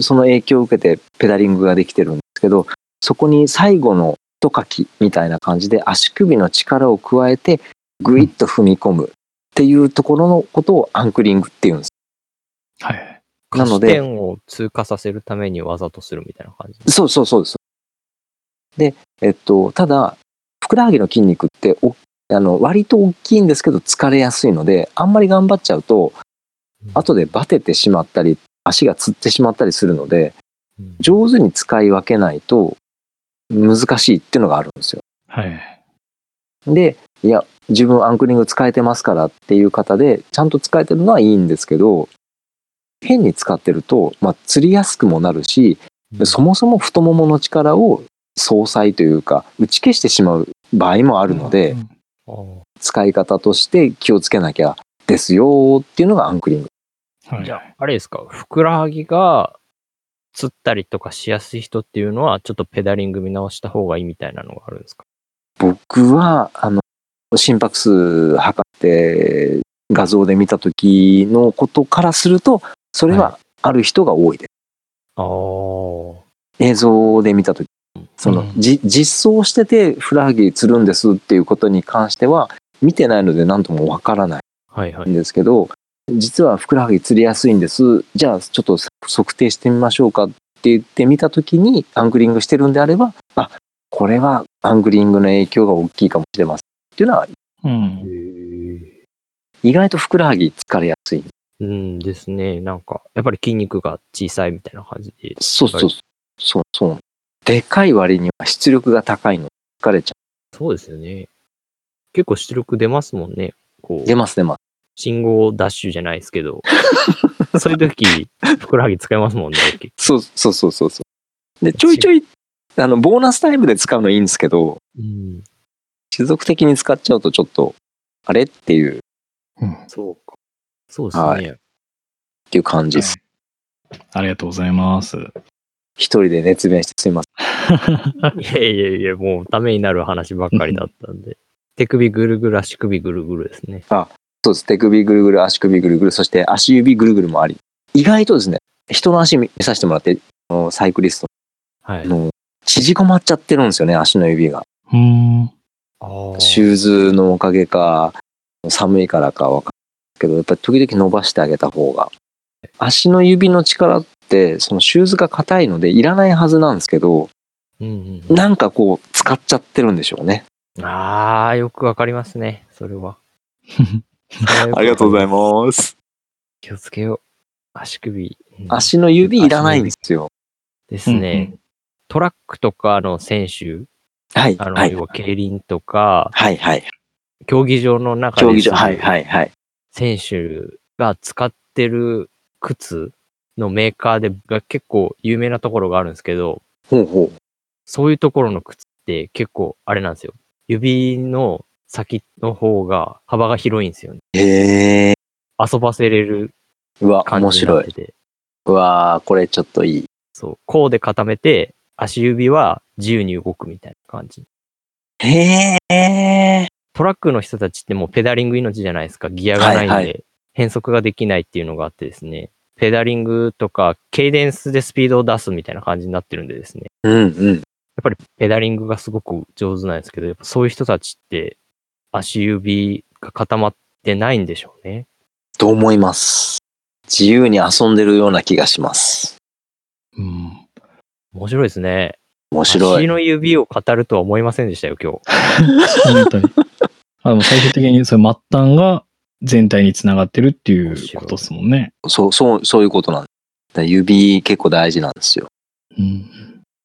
その影響を受けてペダリングができてるんですけど、そこに最後のひとかきみたいな感じで足首の力を加えてグイッと踏み込むっていうところのことをアンクリングっていうんです。はい。ななののでで。点を通過させるためにわざとするみたいな感じ。そうそうそうです。で、えっと、ただ、ふくらはぎの筋肉っておあの割と大きいんですけど疲れやすいので、あんまり頑張っちゃうと、後でバテてしまったり、足がつってしまったりするので、うん、上手に使い分けないと難しいっていうのがあるんですよ。はい。で、いや、自分アンクリング使えてますからっていう方で、ちゃんと使えてるのはいいんですけど、変に使ってると、まあ、釣りやすくもなるし、うんそもそも太ももの力を相殺というか、打ち消してしまう場合もああるので、あー使い方として気をつけなきゃですよっていうのがアンクリング。はい。じゃあ、あれですか、ふくらはぎが、つったりとかしやすい人っていうのは、ちょっとペダリング見直した方がいいみたいなのがあるんですか僕は、あの、心拍数測って画像で見た時のことからすると、それはある人が多いです。ああ。映像で見たとき、その、うんじ実装しててふくらはぎつるんですっていうことに関しては、見てないので何ともわからないはいはんい。ですけど、実はふくらはぎつりやすいんです。じゃあちょっと測定してみましょうかって言ってみたときに、アングリングしてるんであれば、あ、これはアングリングの影響が大きいかもしれませんっていうのは、うん。意外とふくらはぎ疲れやすい。うんですね。なんか、やっぱり筋肉が小さいみたいな感じで。そうそうはいそう、そうそう。でかい割には出力が高いので疲れちゃそうですよね。結構出力出ますもんね。こう。出う、ます出ます。信号ダッシュじゃないですけ ど。そういう時、ふくらはぎ使いますもんね。結そうそうそうそうそう。で、ちょいちょい、あの、ボーナスタイムで使うのいいんですけど、構うん。持続的に使っちゃうとちょっと、あれっていう、っそうか。そうですね。はていう感じです。ありがとうございます。一人で熱弁してすいません。いやいやいや、もうためになる話ばっかりだったんで。手首ぐるぐる、足首ぐるぐるですね。そうです。手首ぐるぐる、足首ぐるぐる、そして足指ぐるぐるもあり。意外とですね、人の足見見させてもらって、あのサイクリストはい。の、縮こまっちゃってるんですよね、足の指が。うん。シューズのおかげか、寒いからかわかんないけど、やっぱり時々伸ばしてあげた方が。足の指の力って、そのシューズが硬いのでいらないはずなんですけど、うんうんなんかこう、使っちゃってるんでしょうね。うん、ああ、よくわかりますね。それ は。ます。す。気をつけよう。足首。うん足の指いらないんですよ。ですね。トラックとかの選手、はい、あの、はい要。は競輪とか、はい、はい。競技場の中競で技場、はい、はい、はい。選手が使ってる靴のメーカーでが結構有名なところがあるんですけど、ほうほそういうところの靴って結構あれなんですよ。指の先の方が幅が広いんですよね。う。へえ。遊ばせれるうわ、感面じにな白っいて。て。うわ、これちょっといい。そう。こうで固めて、足指は自由に動くみたいな感じ。へえ。トラックの人たちってもうペダリング命じゃないですか。ギアがないんで、はいは変速ができないっていうのがあってですね。ペダリングとか、ケイデンスでスピードを出すみたいな感じになってるんでですね。うん、うん。やっぱりペダリングがすごく上手なんですけど、やっぱそういう人たちって足指が固まってないんでしょうね。と思います。自由に遊んでるような気がします。うん。面白いですね。面白足い。の指を語るとは思いませんでしたよ、今日。本当に。あでも最終的にそれ末端が全体につながってるっていうことですもんね。そう、そう、そういうことなんです。だから指結構大事なんですよ。うん。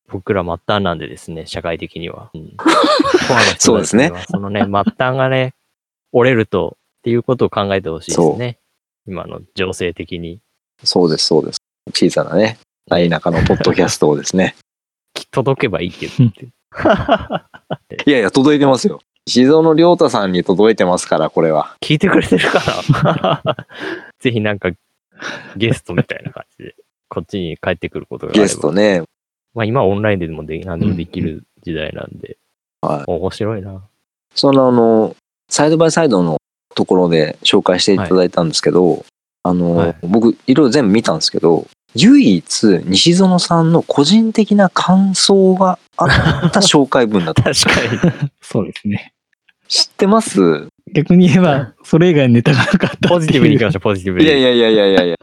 僕ら末端なんでですね、社 会的には。うんコアな人たちにはそうですね。そのね、末端がね、折れるとっていうことを考えてほしいですね。今の情勢的に。そうです、そうです。小さなね、ない中のポッドキャストをですね。き届けばいいけどって。いやいや、届いてますよ。静岡の亮太さんに届いてますから、これは。聞いてくれてるかな ぜひなんかゲストみたいな感じで、こっちに帰ってくることがあれば。ゲストね。まあ今はオンラインでもで何でもできる時代なんで、は面白いな。そのあの、サイドバイサイドのところで紹介していただいたんですけど、あの、はい僕、いろいろ全部見たんですけど、唯一、西園さんの個人的な感想があった紹介文だった。 確かに。そうですね。知ってます逆に言えば、それ以外にネタがなかったっていう。ポジティブにいきましょう、ポジティブいに。やいやいやいやいやいや。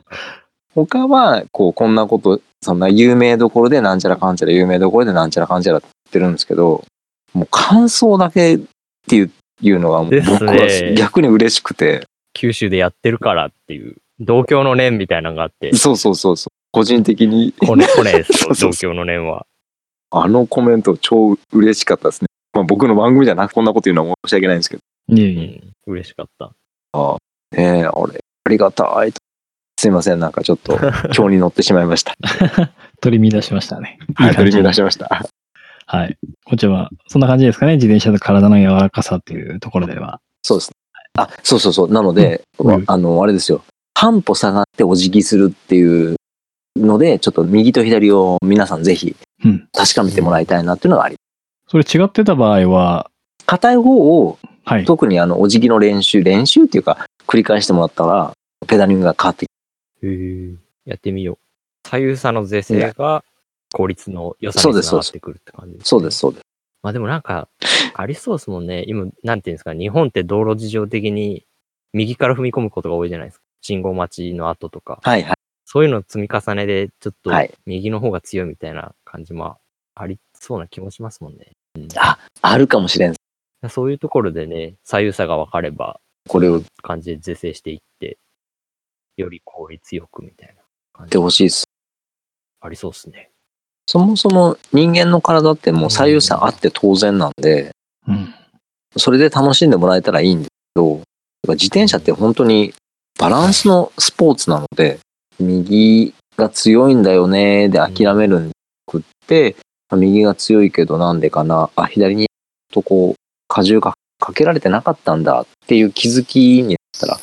他は、こう、こんなこと、そんな有名どころでなんちゃらかんちゃら、有名どころでなんちゃらかんちゃらって言ってるんですけど、もう感想だけっていういうのが、ですね僕は逆に嬉しくて、九州でやってるからっていう、同郷の念みたいなのが あって、そうそうそうそう、個人的にコネコネですそうよ、そ同う郷の念は。あのコメント超嬉しかったですね。まあ僕の番組じゃなくこんなこと言うのは申し訳ないんですけど。いやういやん、嬉しかった。ああねえ、あれ、ありがたいと。すいません、なんかちょ っと今日に乗ってしまいました。取り乱しましたね。はい、感取じり乱しました。はい。こちらは、そんな感じですかね。自転車の体の柔らかさっていうところでは。そうですね。あ、そうそうそう。なので、うんわあの、あれですよ。半歩下がってお辞儀するっていうので、ちょっと右と左を皆さんぜひうん。確かめてもらいたいなっていうのがありまそれ違ってた場合は、す。片方をはい。特にあの、お辞儀の練習、練習っていうか、繰り返してもらったら、ペダリングが変わってきへやってみよう。左右差の是正が効率の良さそうにでつすそうながっですてくるって感じです、てそうです、。そうです。まあでもなんか、ありそうですもんね。今、なんていうんですか、日本って道路事情的に右から踏み込むことが多いじゃないですか。信号待ちの後とか。はい、はい。そういうの積み重ねで、ちょっとはい右の方が強いみたいな感じもありそうな気もしますもんね。あるかもしれん。そういうところでね、左右差が分かれば、これを言っ感じで是正していって、より効率よくみたいな感てじほしいです。ありそうですね。そもそも人間の体ってもう左右差あって当然なんで、うん。それで楽しんでもらえたらいいんですけど、だから自転車って本当にバランスのスポーツなので、右が強いんだよねで諦めるんじゃなくって、右が強いけどなんでかな、あ、左にとこう荷重がかけられてなかったんだっていう気づきになったら、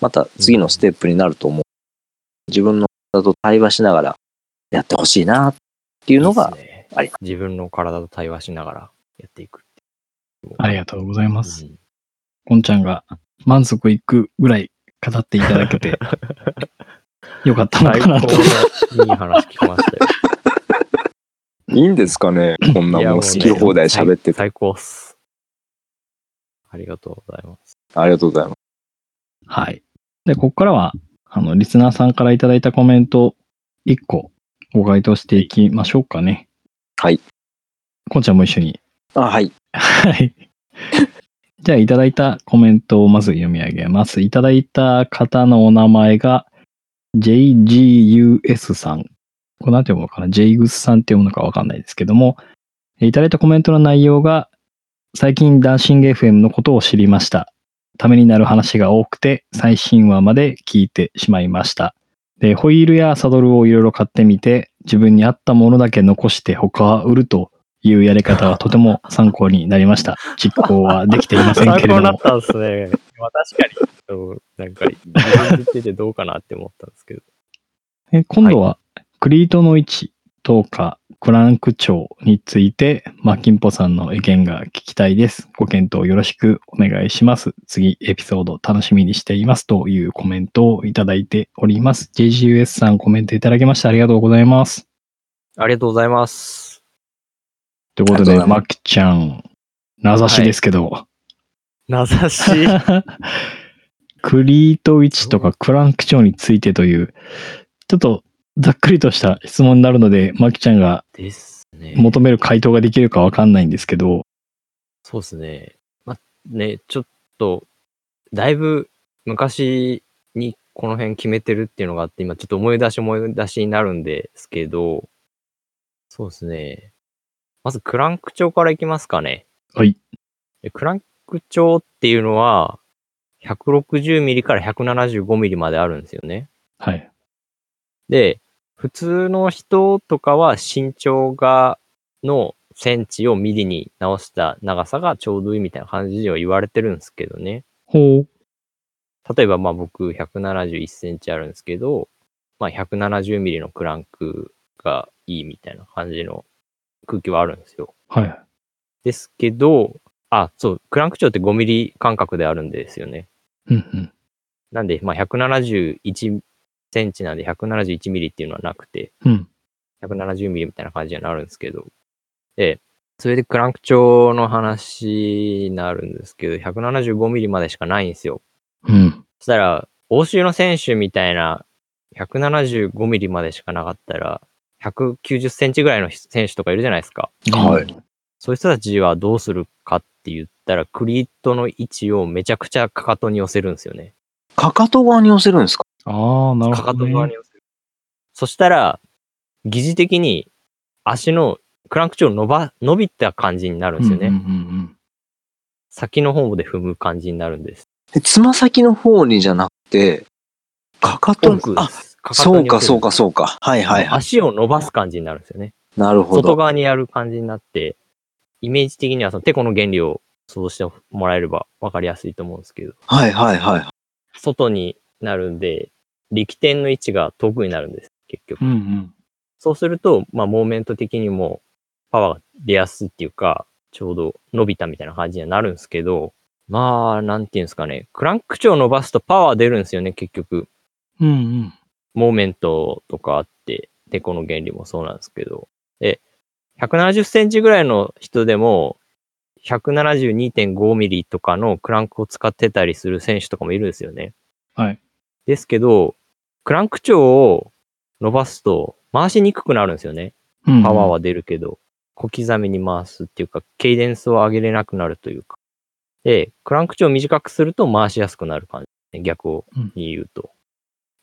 また次のステップになると思う。自分の体と対話しながらやってほしいなっていうのがいいっすねあり自分の体と対話しながらやっていくっていう。ありがとうございます。うんこんちゃんが満足いくぐらい語っていただけて、よかったの最か高のなと。いい話聞き ましたよ。いいんですかねこんないやもんもう好ねき放題喋ってて。最最高っす。ありがとうございます。ありがとうございます。はい。で、ここからは、あの、リスナーさんからいただいたコメント、1個、ご回答していきましょうかね。はい。こんちゃんも一緒に。あ、はい。はい。 じゃあ、いただいたコメントをまず読み上げます。いただいた方のお名前が、JGUS さん。これなんて読むのかな ?JGUS さんって読むのかわかんないですけども、えいただいたコメントの内容が、最近ダンシング FM のことを知りました。ためになる話が多くて、最新話まで聞いてしまいました。で、ホイールやサドルをいろいろ買ってみて、自分に合ったものだけ残して他は売るというやり方はとても参考になりました。実行はできていませんけ最れ高どになっも。たんです ね。まあ確かにそう。なんか、自分で言っててどうかなって思ったんですけど。え今度は、クリートの位置とか、クランク長について、マキンポさんの意見が聞きたいです。ご検討よろしくお願いします。次、エピソード楽しみにしています。というコメントをいただいております。JGUS さんコメントいただきましてありがとうございます。ありがとうござ います。ということありで、がとうございますマキちゃん、名指しですけど、名指し。 クリート位置とかクランク長についてという、ちょっとざっくりとした質問になるので、マキちゃんがですね。求める回答ができるかわかんないんですけど、そうですね。まあ、ね、ちょっと、だいぶ昔にこの辺決めてるっていうのがあって、今ちょっと思い出し思い出しになるんですけど、そうですね。まずクランク調からいきますかね。はい。でクランク調っていうのは、 160ミリから175ミリまであるんですよね。はい。で、普通の人とかは身長が、のセンチをミリに直した長さがちょうどいいみたいな感じには言われてるんですけどね。ほう。例えばまあ僕171センチあるんですけど、まあ170ミリのクランクがいいみたいな感じの空気はあるんですよ。はい。ですけど、あ、そう、クランク長って5ミリ間隔であるんですよね。うんうん。なんで、まあ、171センチなんで171ミリっていうのはなくて、うん。 170ミリみたいな感じになるんですけど。で、それでクランク長の話になるんですけど、175ミリまでしかないんですよ。うん。。そしたら、欧州の選手みたいな175ミリまでしかなかったら、190センチぐらいの選手とかいるじゃないですか。はいそういう人たちはどうするかって言ったら、クリートの位置をめちゃくちゃかかとに寄せるんですよね。かかと側に寄せるんですかああ、なるかほかど、とね。側に寄せる。そしたら、疑似的に足のクランク長伸ば、伸びた感じになるんですよね。うんうんうん先の方で踏む感じになるんです。えつま先の方にじゃなくて、かかと遠にく、あ、かかそとうに寄せかるそうかそうか。はいはいはい。足を伸ばす感じになるんですよね。なるほ外ど。側にやる感じになって、イメージ的にはそのテコの原理を想像してもらえればわかりやすいと思うんですけど。はいはいはい。外になるんで、力点の位置が遠くになるんです、結局。うん。うんうん。そうすると、まあ、モーメント的にもパワーが出やすいっていうか、ちょうど伸びたみたいな感じにはなるんですけど、まあ、なんていうんですかね、クランク長伸ばすとパワー出るんですよね、結局。うんうん。モーメントとかあって、テコの原理もそうなんですけど。で、170センチぐらいの人でも、172.5ミリとかのクランクを使ってたりする選手とかもいるんですよね。はい。ですけど、クランク長を伸ばすと回しにくくなるんですよね。うんパワーは出るけど、小刻みに回すっていうか、ケイデンスを上げれなくなるというか。で、クランク長を短くすると回しやすくなる感じ、ね。逆をうんに言うと。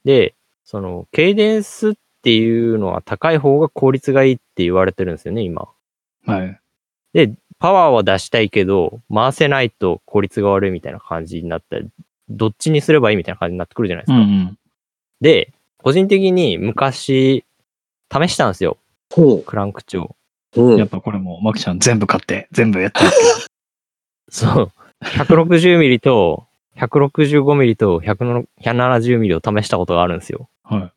で、その、ケイデンスっていうのは高い方が効率がいいって言われてるんですよね、今。はい。パワーは出したいけど、回せないと効率が悪いみたいな感じになったり、どっちにすればいいみたいな感じになってくるじゃないですうか。んうん。で、個人的に昔、試したんですよ。ほクランク長。う。ほやっう。ぱこれも、マキちゃん全部買って、全部やった。そう。160ミリと、165ミリと、170ミリを試したことがあるんですよ。は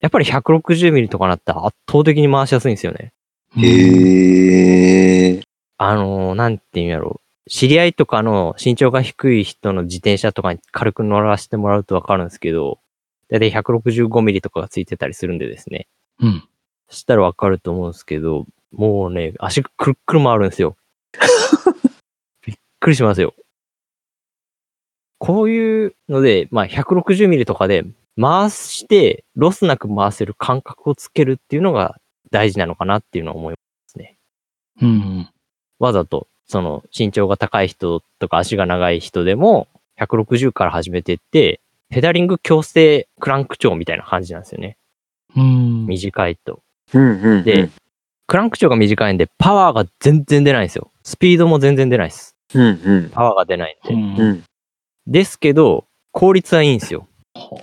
やっぱり160ミリとかなったら圧倒的に回しやすいんですよね。い。え。へえ。あのー、なんていうんやろう。知り合いとかの身長が低い人の自転車とかに軽く乗らせてもらうとわかるんですけど、だいたい165ミリとかがついてたりするんでですね。うん。したらわかると思うんですけど、もうね、足くるっくる回るんですよ。びっくりしますよ。こういうので、まあ、160ミリとかで回して、ロスなく回せる感覚をつけるっていうのが大事なのかなっていうのは思いますね。うんうん。わざと、その身長が高い人とか足が長い人でも、160から始めてって、ペダリング強制クランク長みたいな感じなんですよね。うん。短いと。うんうん。で、クランク長が短いんで、パワーが全然出ないんですよ。スピードも全然出ないです。うんうん。パワーが出ないんで。うんうん。ですけど、効率はいいんですよ。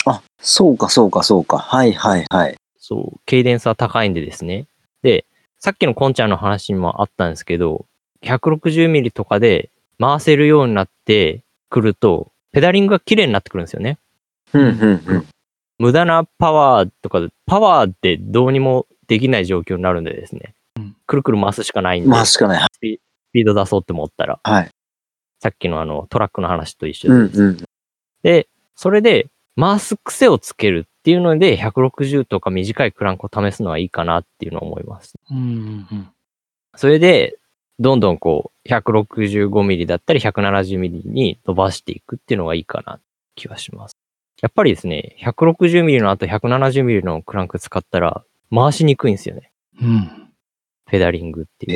あ、そうかそうかそうか。はいはいはい。そう、ケイデンスは高いんでですね。で、さっきのコンちゃんの話にもあったんですけど、160ミリとかで回せるようになってくると、ペダリングが綺麗になってくるんですよね。うんうんうん。無駄なパワーとか、パワーってどうにもできない状況になるんでですねうん。くるくる回すしかないんで、まあスしかない。ピード出そうって思ったら、はい。さっきのあのトラックの話と一緒うでんうん。で、それで回す癖をつけるっていうので、160とか短いクランクを試すのはいいかなっていうのを思います。うんうん。それで、どんどんこう、165ミリだったり170ミリに伸ばしていくっていうのがいいかな気はします。やっぱりですね、160ミリの後170ミリのクランク使ったら回しにくいんですよね。うん。ペダリングってい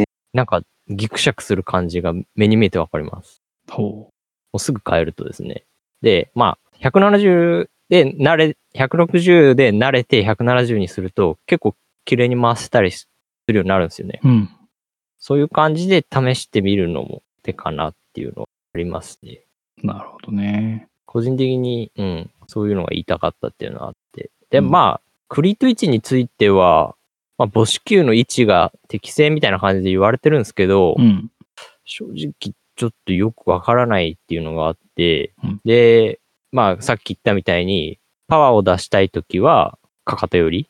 へえ。なんかギクシャクする感じが目に見えてわかります。ほもうすぐ変えるとですね。で、まあ、170で慣れ、160で慣れて170にすると結構綺麗に回せたりするようになるんですよね。う。うん。そういう感じで試してみるのも手かなっていうのはありますね。なるほどね。個人的に、うん、そういうのが言いたかったっていうのはあって。で、うんまあ、クリート位置については、まあ、母子球の位置が適正みたいな感じで言われてるんですけど、うん。正直ちょっとよくわからないっていうのがあって、うんで、まあ、さっき言ったみたいに、パワーを出したいときは、かかとより、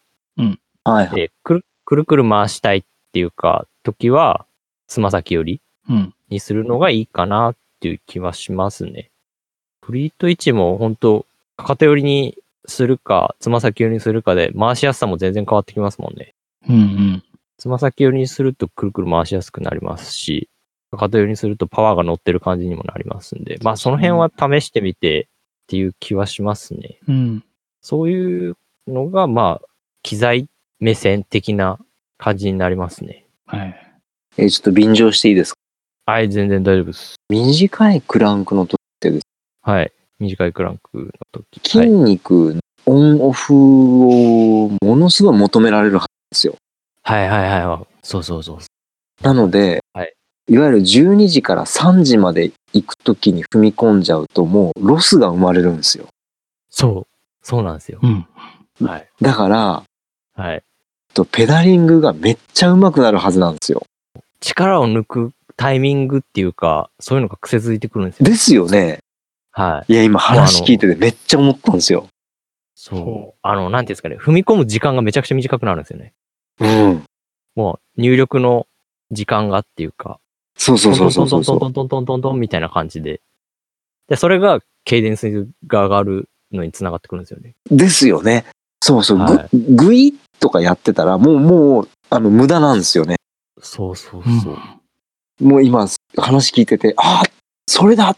はいはい。でくる、くるくる回したいっていうか、ときは、つま先よりうん。にするのがいいかなっていう気はしますね。フリート位置も本当かかと寄りにするか、つま先寄りにするかで、回しやすさも全然変わってきますもんね。うんうん。つま先寄りにするとくるくる回しやすくなりますし、かかと寄りにするとパワーが乗ってる感じにもなりますんで、まあその辺は試してみてっていう気はしますね。うん。そういうのが、まあ、機材目線的な感じになりますね。はい。えーちょっと便乗していいですかはい、全然大丈夫です。短いクランクの時ってですねはい。短いクランクの時。は筋い肉のオンオフをものすごい求められるはずですよ。はいはいはいはい。そうそうそう。なので、はいいわゆる12時から3時まで行くときに踏み込んじゃうともうロスが生まれるんですよ。そう。そうなんですよう。ん。はい。だから、はい。とペダリングがめっちゃ上手くなるはずなんですよ。力を抜くタイミングっていうか、そういうのが癖づいてくるんですよ。ですよね。はい。いや、今話聞いててめっちゃ思ったんですよ。そ。そうあの、なんていうんですかね。踏み込む時間がめちゃくちゃ短くなるんですよね。うん。もう、入力の時間がっていうか、そうそうそうそうそうそトントントントントントントンみたいな感じで。で、それが、ケイデンスが上がるのにつながってくるんですよね。う。ですよね。そうそう。はいぐ、ぐいっとかやってたらもうもう、あの、無駄なんですよね。そうそううんそう。もう今話聞いてて、ああ、それだっ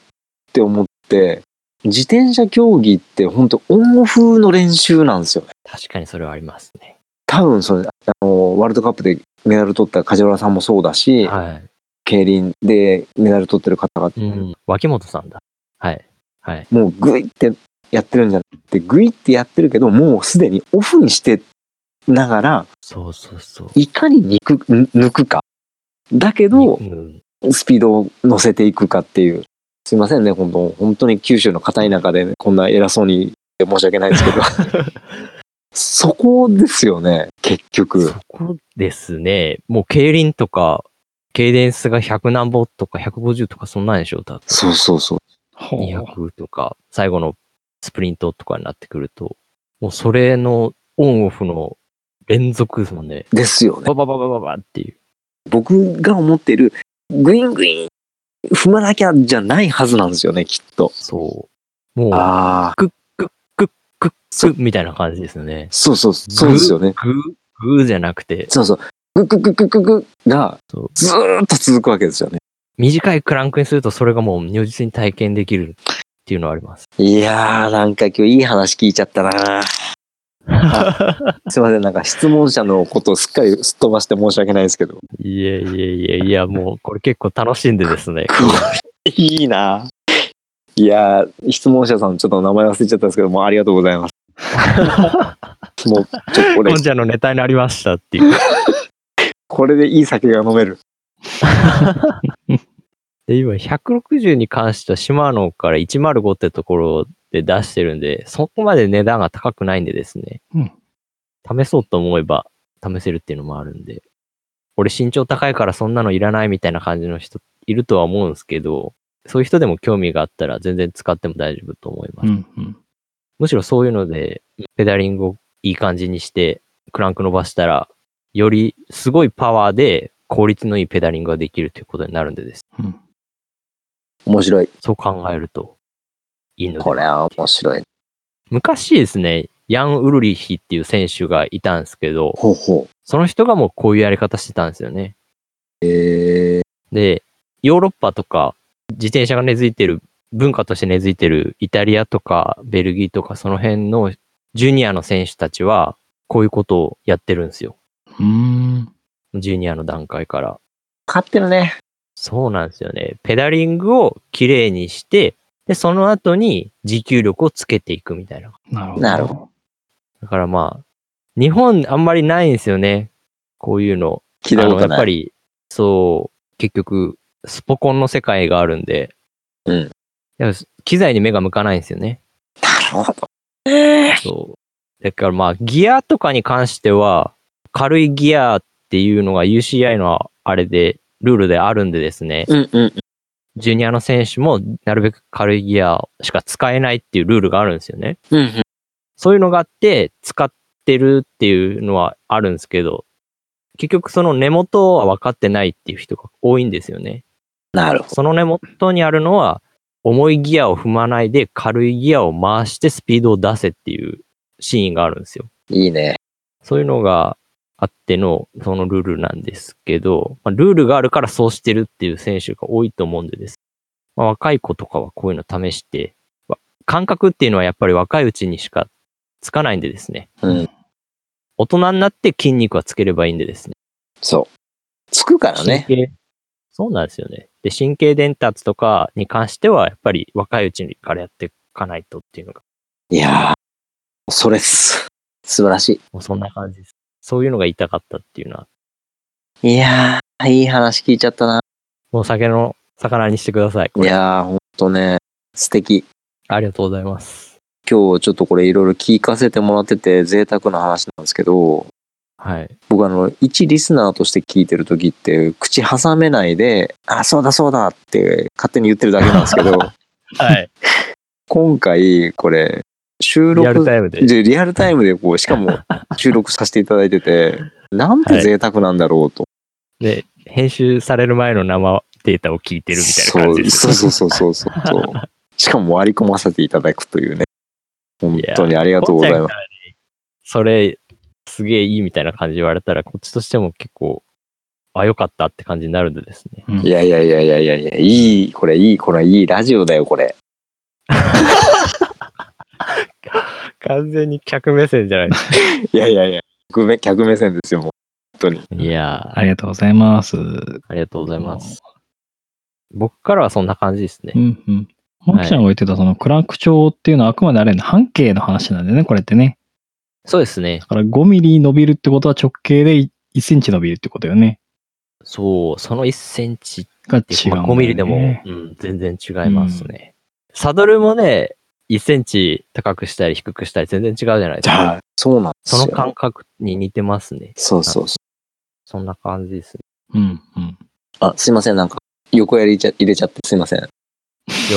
て思って、自転車競技って本当オンオフの練習なんですよね。確かにそれはありますね。多分それ、あの、ワールドカップでメダル取った梶原さんもそうだし、はい。競輪でメダル取ってる方が、うん。脇本さんだ。はい。はい。もうグイってやってるんじゃなくて、グイってやってるけど、もうすでにオフにしてながら、そうそうそう。いかに肉、ん抜くか。だけどう、んスピードを乗せていくかっていう。すいませんね、本当本当に九州の片田舎で、こんな偉そうに言って申し訳ないですけど。そこですよね、結局そ。こですね。もう、競輪とか、軽電数が100何本とか150とかそんなんでしょ多分そうそうそう。ほう。 200とか、最後のスプリントとかになってくると、もうそれのオンオフの連続ですもんね。ですよね。ババババババっていう。僕が思っている、グイングイン、踏まなきゃじゃないはずなんですよね、きっと。そう。もう、ああ、クックみたいな感じですよね。そうそう、そうですよね。グー、グーじゃなくて、そうそう。ググググググがそうずーっと続くわけですよね。短いクランクにするとそれがもう如実に体験できるっていうのはあります。いやー、なんか今日いい話聞いちゃった なすいません、なんか質問者のことをすっかりすっ飛ばして申し訳ないですけど。いやいやいやいや、もうこれ結構楽しんでです ね。いいな。いやー、質問者さんちょっと名前忘れちゃったんですけど、もうありがとうございます。 もう、ちょっとこれ今、ちゃんのネタになりましたっていう。これでいい酒が飲める。で、今160に関してはシマノから105ってところで出してるんで、そこまで値段が高くないんでですね。うん試そうと思えば試せるっていうのもあるんで。俺身長高いからそんなのいらないみたいな感じの人いるとは思うんですけど、そういう人でも興味があったら全然使っても大丈夫と思います。うんうん。むしろそういうので、ペダリングをいい感じにして、クランク伸ばしたら、よりすごいパワーで効率のいいペダリングができるということになるんでです。うん面白い。そう考えると、いいのではこれは面白い。昔ですね、ヤン・ウルリヒっていう選手がいたんですけど、ほうほその人がもうこういうやり方してたんですよね。う。えー、で、ヨーロッパとか、自転車が根付いてる、文化として根付いてるイタリアとかベルギーとかその辺のジュニアの選手たちは、こういうことをやってるんですよ。うーん。ジュニアの段階から。勝ってるね。そうなんですよね。ペダリングをきれいにして、で、その後に持久力をつけていくみたいな。なるほど。なるほだからまあ、日本あんまりないんですよね。こういうの。聞いたこあとのやっぱない。り、そう、結局、スポコンの世界があるんで。うんやっぱ機材に目が向かないんですよね。なるほど。ええそう。だからまあ、ギアとかに関しては、軽いギアっていうのが UCI のあれで、ルールであるんでですね、うんうんうん。ジュニアの選手もなるべく軽いギアしか使えないっていうルールがあるんですよね。うんうん。そういうのがあって、使ってるっていうのはあるんですけど、結局その根元は分かってないっていう人が多いんですよね。なるほその根元にあるのは、重いギアを踏まないで軽いギアを回してスピードを出せっていうシーンがあるんですよ。ど。いいね。そういうのがあっての、そのルールなんですけど、まあ、ルールがあるからそうしてるっていう選手が多いと思うんでです。まあ、若い子とかはこういうの試して、わ感覚っていうのはやっぱり若いうちにしかつかないんでですね。うん。大人になって筋肉はつければいいんでですね。そう。つくからね。神経そうなんですよね。で、神経伝達とかに関しては、やっぱり若いうちからやっていかないとっていうのが、いやー、それっす。素晴らしもうそんな感じです。そういうのが痛かったっていうのは、い。いやー、いい話聞いちゃったな。もう酒の魚にしてください。こいれやー、ほんとね、素敵。ありがとうございます。今日ちょっとこれいろいろ聞かせてもらってて贅沢な話なんですけど、はい。僕あの、一リスナーとして聞いてる時って、口挟めないで、あ、そうだそうだって勝手に言ってるだけなんですけ ど、はい。今回これ、収リアル録タイムで。でリアルタイムでこう、しかも収録させていただいてて、なんて贅沢なんだろうと。で、編集される前の生データを聞いてるみたいな感じですそうそうそうそうそうそう しかも割り込ませていただくというね。本当にありがとうございこっまちすゃ。んからねそれ、すげえいいみたいな感じで言われたら、こっちとしても結構、あ、よかったって感じになるんでですね。うんいやいやいやいやいやいや、いい、これいい、これいいラジオだよ、これ。完全に客目線じゃないですか。いやいやいや、客目客目線ですよ、もう。本当に。 いやーありがとうございます。ありがとうございます。僕からはそんな感じですねう。んうん。マキちゃんが言ってたそのクランク調っていうのはあくまであれ半径の話なんでね、これってね。そうですねだ。から5ミリ伸びるってことは直径で1センチ伸びるってことよね。そう、その1センチっが違うんて、だよね、まあ5ミリでも、うん、全然違いますね。サドルもね、1センチ高くしたり低くしたり全然違うじゃないですか。そうなんですそよ。の感覚に似てますね。そうそうそう。そんな感じ ですね。うんうん。あ、すいません、なんか、横やりちゃ入れちゃってすいません。酔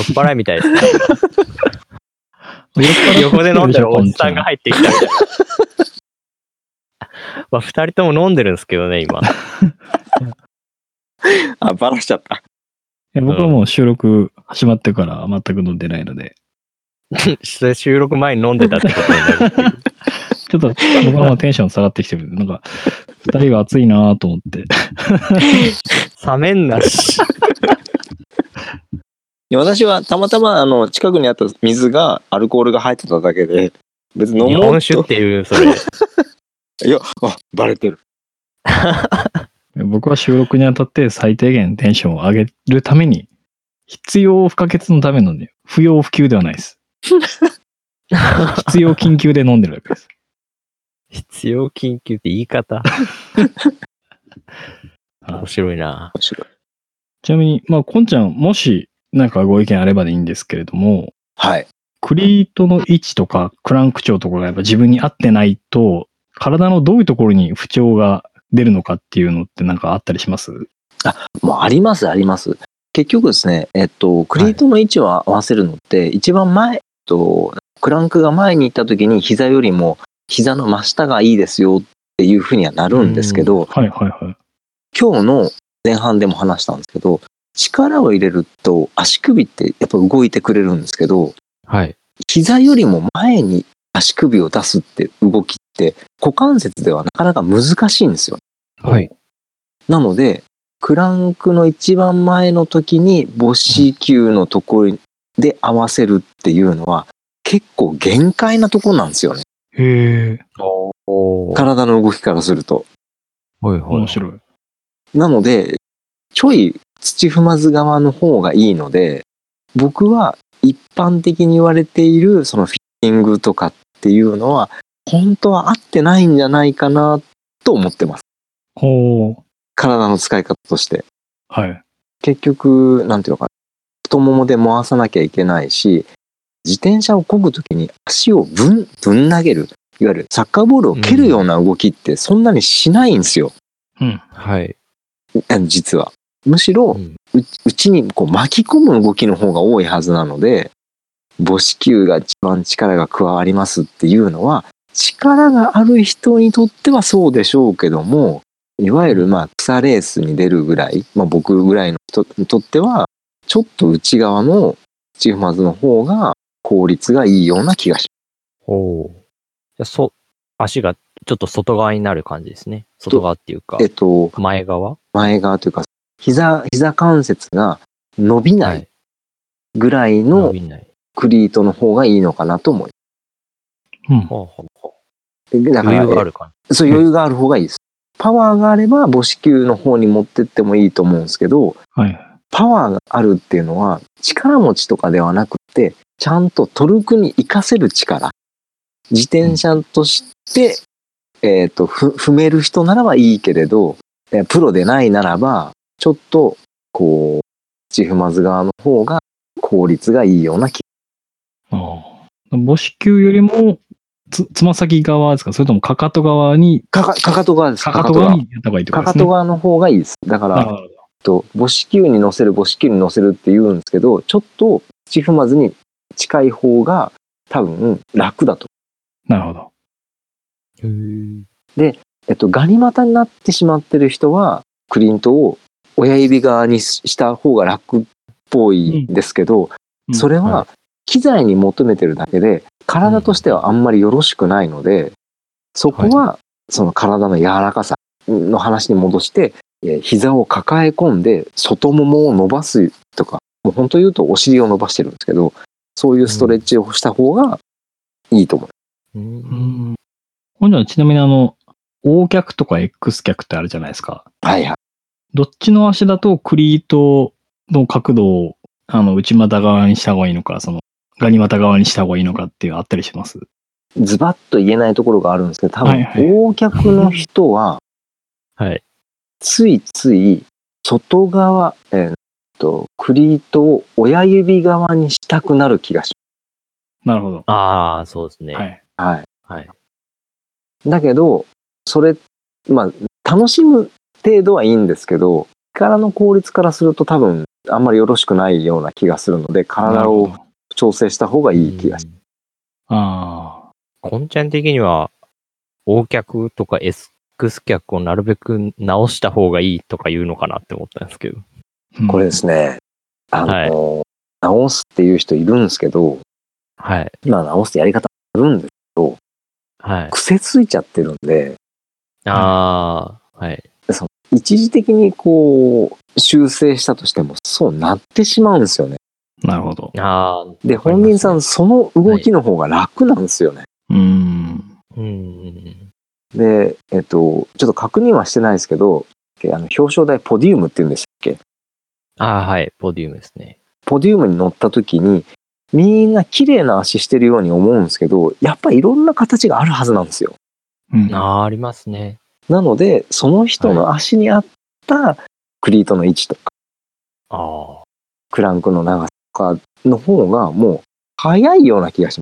っ払いみた いですね。横横で飲んでるおじさんが入ってきたみたいな。 まあ、二人とも飲んでるんですけどね、 今。あ、バラしちゃった。え僕はもう収録始まってから全く飲んでないので、それ収録前に飲んでたってことになるっていちょう。っと僕はもうテンション下がってきてるんで、なんか、二人が熱いなぁと思って。冷めん なし。いや私はたまたま、あの、近くにあった水が、アルコールが入ってただけで、別に飲日もう本酒っと。ていう、それ。いや、あ、バレてる。僕は収録にあたって最低限テンションを上げるために、必要不可欠のためのね、不要不急ではないです。必要緊急で飲んでるわけです。必要緊急って言い方。面 白いな。面白い。ちなみに、まあ、こんちゃん、もし、なんかご意見あればでいいんですけれども、はい。クリートの位置とか、クランク長とかがやっぱ自分に合ってないと、体のどういうところに不調が出るのかっていうのってなんかあったりしますもうあります、あります。結局ですね、えっと、クリートの位置を合わせるのって、一番前、えっと、クランクが前に行った時に膝よりも膝の真下がいいですよっていうふうにはなるんですけど、はいはいはい。今日の前半でも話したんですけど、力を入れると足首ってやっぱ動いてくれるんですけど、はい。膝よりも前に足首を出すって動きって股関節ではなかなか難しいんですよ。はい。なので、クランクの一番前の時に母子球のところで合わせるっていうのは結構限界なところなんですよね。へえ、おおはい体の動きからすると。はい。面白い。なので、ちょい土踏まず側の方がいいので、僕は一般的に言われているそのフィッティングとかっていうのは、本当は合ってないんじゃないかなと思ってます。ほう。体の使い方として。はい。結局、なんていうのかな。太ももで回さなきゃいけないし、自転車を漕ぐときに足をぶん、ぶん投げる。いわゆるサッカーボールを蹴るような動きってそんなにしないんですよ。うん。はい。あの実は。むしろ、うんううちにこう巻き込む動きの方が多いはずなので、母子球が一番力が加わりますっていうのは、力がある人にとってはそうでしょうけども、いわゆるまあ草レースに出るぐらい、まあ僕ぐらいの人にとっては、ちょっと内側の土踏まずの方が効率がいいような気がしおお。じゃあそ、足がちょっと外側になる感じですね。外側っていうかます。え、っと、前側前側というか、膝、膝関節が伸びないい。ぐらいの伸びない。クリートの方がいいのかなと思いまうん。ほうほうほす。でだう。から余裕がある感えそう、余裕がある方がいいです。パワーがあれば母子球の方に持ってってもいいと思うんですけど、はい。パワーがあるっていうのは力持ちとかではなくて、ちゃんとトルクに活かせる力。自転車として、えっ、と、ふ踏める人ならばいいけれど、えープロでないならば、ちょっと、こう、チフマズ側の方が効率がいいような気ああ。母子球よりも、つ、つま先側ですかそれともかかと側に、かか、かかと側です。かかと側にやった方がいいってこかとでかすね。と側の方がいいです。だから、なるほどえっと、母子球に乗せる、母子球に乗せるって言うんですけど、ちょっと土踏まずに近い方が多分楽だと。なるほど。じ。へーえっと、ガニ股になってしまってる人は、クリントを親指側にしした方が楽っぽいんですけど、うんそれはは機材に求めてるだけで、体としてはあんまりよろしくないので、そこはその体の柔らかさの話に戻して、えー膝を抱え込んで外ももを伸ばすとか、もう本当言うとお尻を伸ばしてるんですけど、そういうストレッチをした方がいいと思う。う。うんん。ほんじゃ、ちなみにあの、O 脚とか X 脚ってあるじゃないですか。はいはい。どっちの足だとクリートの角度をあの内股側にした方がいいのか、そのガニ股側にした方がいいのかっていうのあったりします。ズバッと言えないところがあるんですけど、多はい分、はい大脚の人は、はい。ついつい、外側、えーっと、クリートを親指側にしたくなる気がしなるほど。ああ、そうですね。はい。まはい。す。はい。はい。だけど、それ、まあ、楽しむ程度はいいんですけど、力の効率からすると多分、あんまりよろしくないような気がするので、な体るほをど調整した方がいい気がします。ます。あコンちゃん的には、O 脚とか S X 脚をなるべく直した方がいいとか言うのかなって思ったんですけど。あ。うんこれで。すね、あの、はい直すっていう人いるんですけど、はい。今直すやり方あるんですはい。癖ついちゃってるんで、ああ、はい。一時的にこう、修正したとしても、そうなってしまうんですよね。なるほど。ああ、で、わかり本ます人さん、その動きの方が楽なんですよね。うーん。うんうんで、えっと、ちょっと確認はしてないですけど、えあの表彰台ポディウムって言うんでしたっけうん。ああ、はい。ポディウムですね。ポディウムに乗った時に、みんな綺麗な足してるように思うんですけど、やっぱいろんな形があるはずなんですよ。うんああ、ありますね。なので、その人の足に合ったクリートの位置とか、ああ。クランクの長さとかの方がもう早いような気がし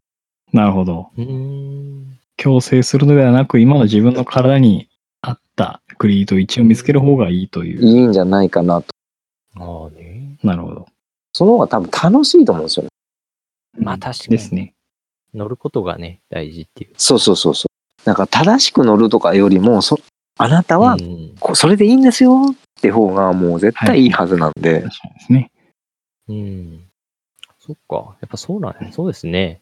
まなるほど。うーん。強制するのではなく、今の自分の体に合ったクリート位置を見つける方がいいとい。す。いういんじゃないかなと。ああね。なるほど。その方が多分楽しいと思うんですよね。まあうん確かにですね。乗ることがね、大事っていう。そうそうそうそう。なんか正しく乗るとかよりも、そあなたはうんこそれでいいんですよって方がもう絶対いいはずなんで、確かにですね。うん。そっか。やっぱそうなんや。そうですね。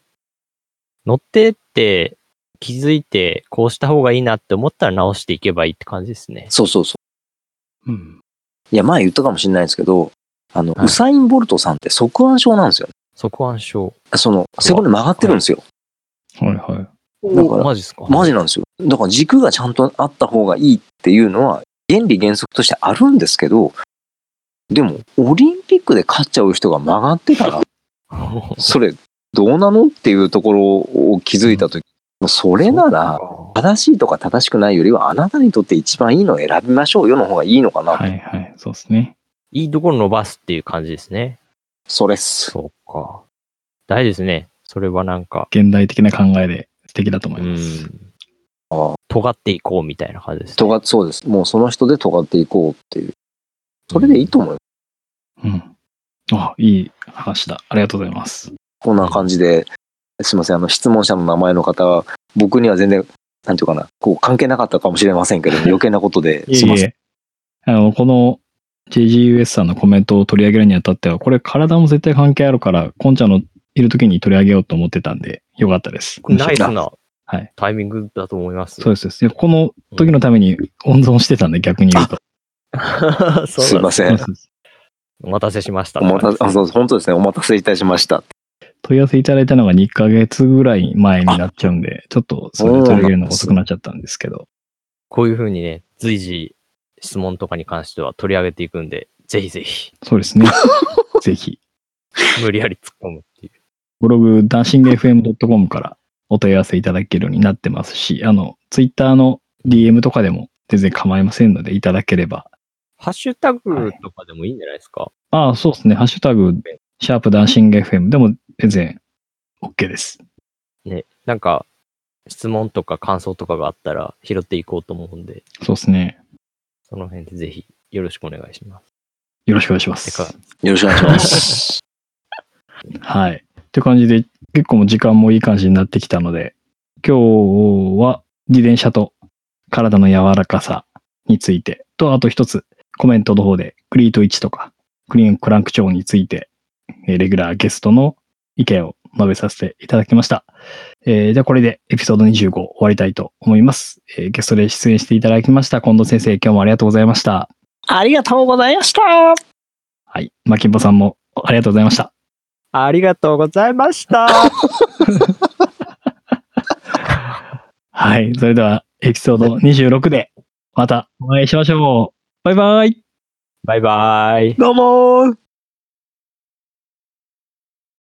乗ってって気づいて、こうした方がいいなって思ったら直していけばいいって感じですね。そうそうそうん。う。いや、前言ったかもしれないですけど、あの、はいウサイン・ボルトさんって側腕症なんですよ。側腕症。その、背骨曲がってるんですよ。はいはい。だから、マジっすか マジなんですよ。だから軸がちゃんとあった方がいいっていうのは、原理原則としてあるんですけど、でも、オリンピックで勝っちゃう人が曲がってたら、それ、どうなのっていうところを気づいたとき、もうそれなら、正しいとか正しくないよりは、あなたにとって一番いいのを選びましょうよの方がいいのかな。はいはい。そうですね。いいところ伸ばすっていう感じですね。それっす。そうか。大事ですね。それはなんか、現代的な考えで素敵だと思いうます。ん。ああ尖っていこうみたいな感じです、ね。尖っそうです。もうその人で尖っていこうっていう。それでいいと思うよ。うん。あ、いい話だ。ありがとうございます。、こんな感じで、すいません、あの、質問者の名前の方は、僕には全然、なんていうかな、こう、関係なかったかもしれません けども、余計なことですいません。え。あの、この JGUS さんのコメントを取り上げるにあたっては、これ体も絶対関係あるから、コンちゃんのいる時に取り上げようと思ってたんで、よかったです。ナイスなはいタイミングだと思います。そうですです。でこの時 のために温存してたんで、逆に言うと。す。すいま せん。そうですお待たせしました。お待たせあそう本当ですね、お待たせいたしました。問い合わせいただいたのが2ヶ月ぐらい前になっちゃうんで、ちょっとそれで取り上げるのが遅くなっちゃったんですけど。こういうふうにね、随時質問とかに関しては取り上げていくんで、ぜひぜひ、そうです ね。ぜひ、無理やり突っ込むっていう。ブログ、ダンシング FM.com からお問い合わせいただけるようになってますし、あの、ツイッターの DM とかでも全然構いませんので、いただければ。ハッシュタグとかでもいいんじゃないですか、ああ、そうですね。ハッシュタグ、シャープダンシング FM でも全然 OK です。ね。なんか、質問とか感想とかがあったら拾っていこうと思うんで、そうですね。その辺でぜひよろしくお願いしま。よろしくお願いしますす。てか、よろしくお願いし ます。はい。って感じで、結構もう時間もいい感じになってきたので、今日は自転車と体の柔らかさについて、と、あと一つ、コメントの方で、クリート1とか、クリーンクランク長について、えーレギュラーゲストの意見を述べさせていただきました。えーじゃあこれでエピソード25終わりたいと思います。えーゲストで出演していただきました近藤先生、今日もありがとうございました。ありがとうございました。はい。マキンポさんもありがとうございました。ありがとうございました。はい。それでは、エピソード26で、またお会いしましょう。バイバイ。バイバイ。どうもー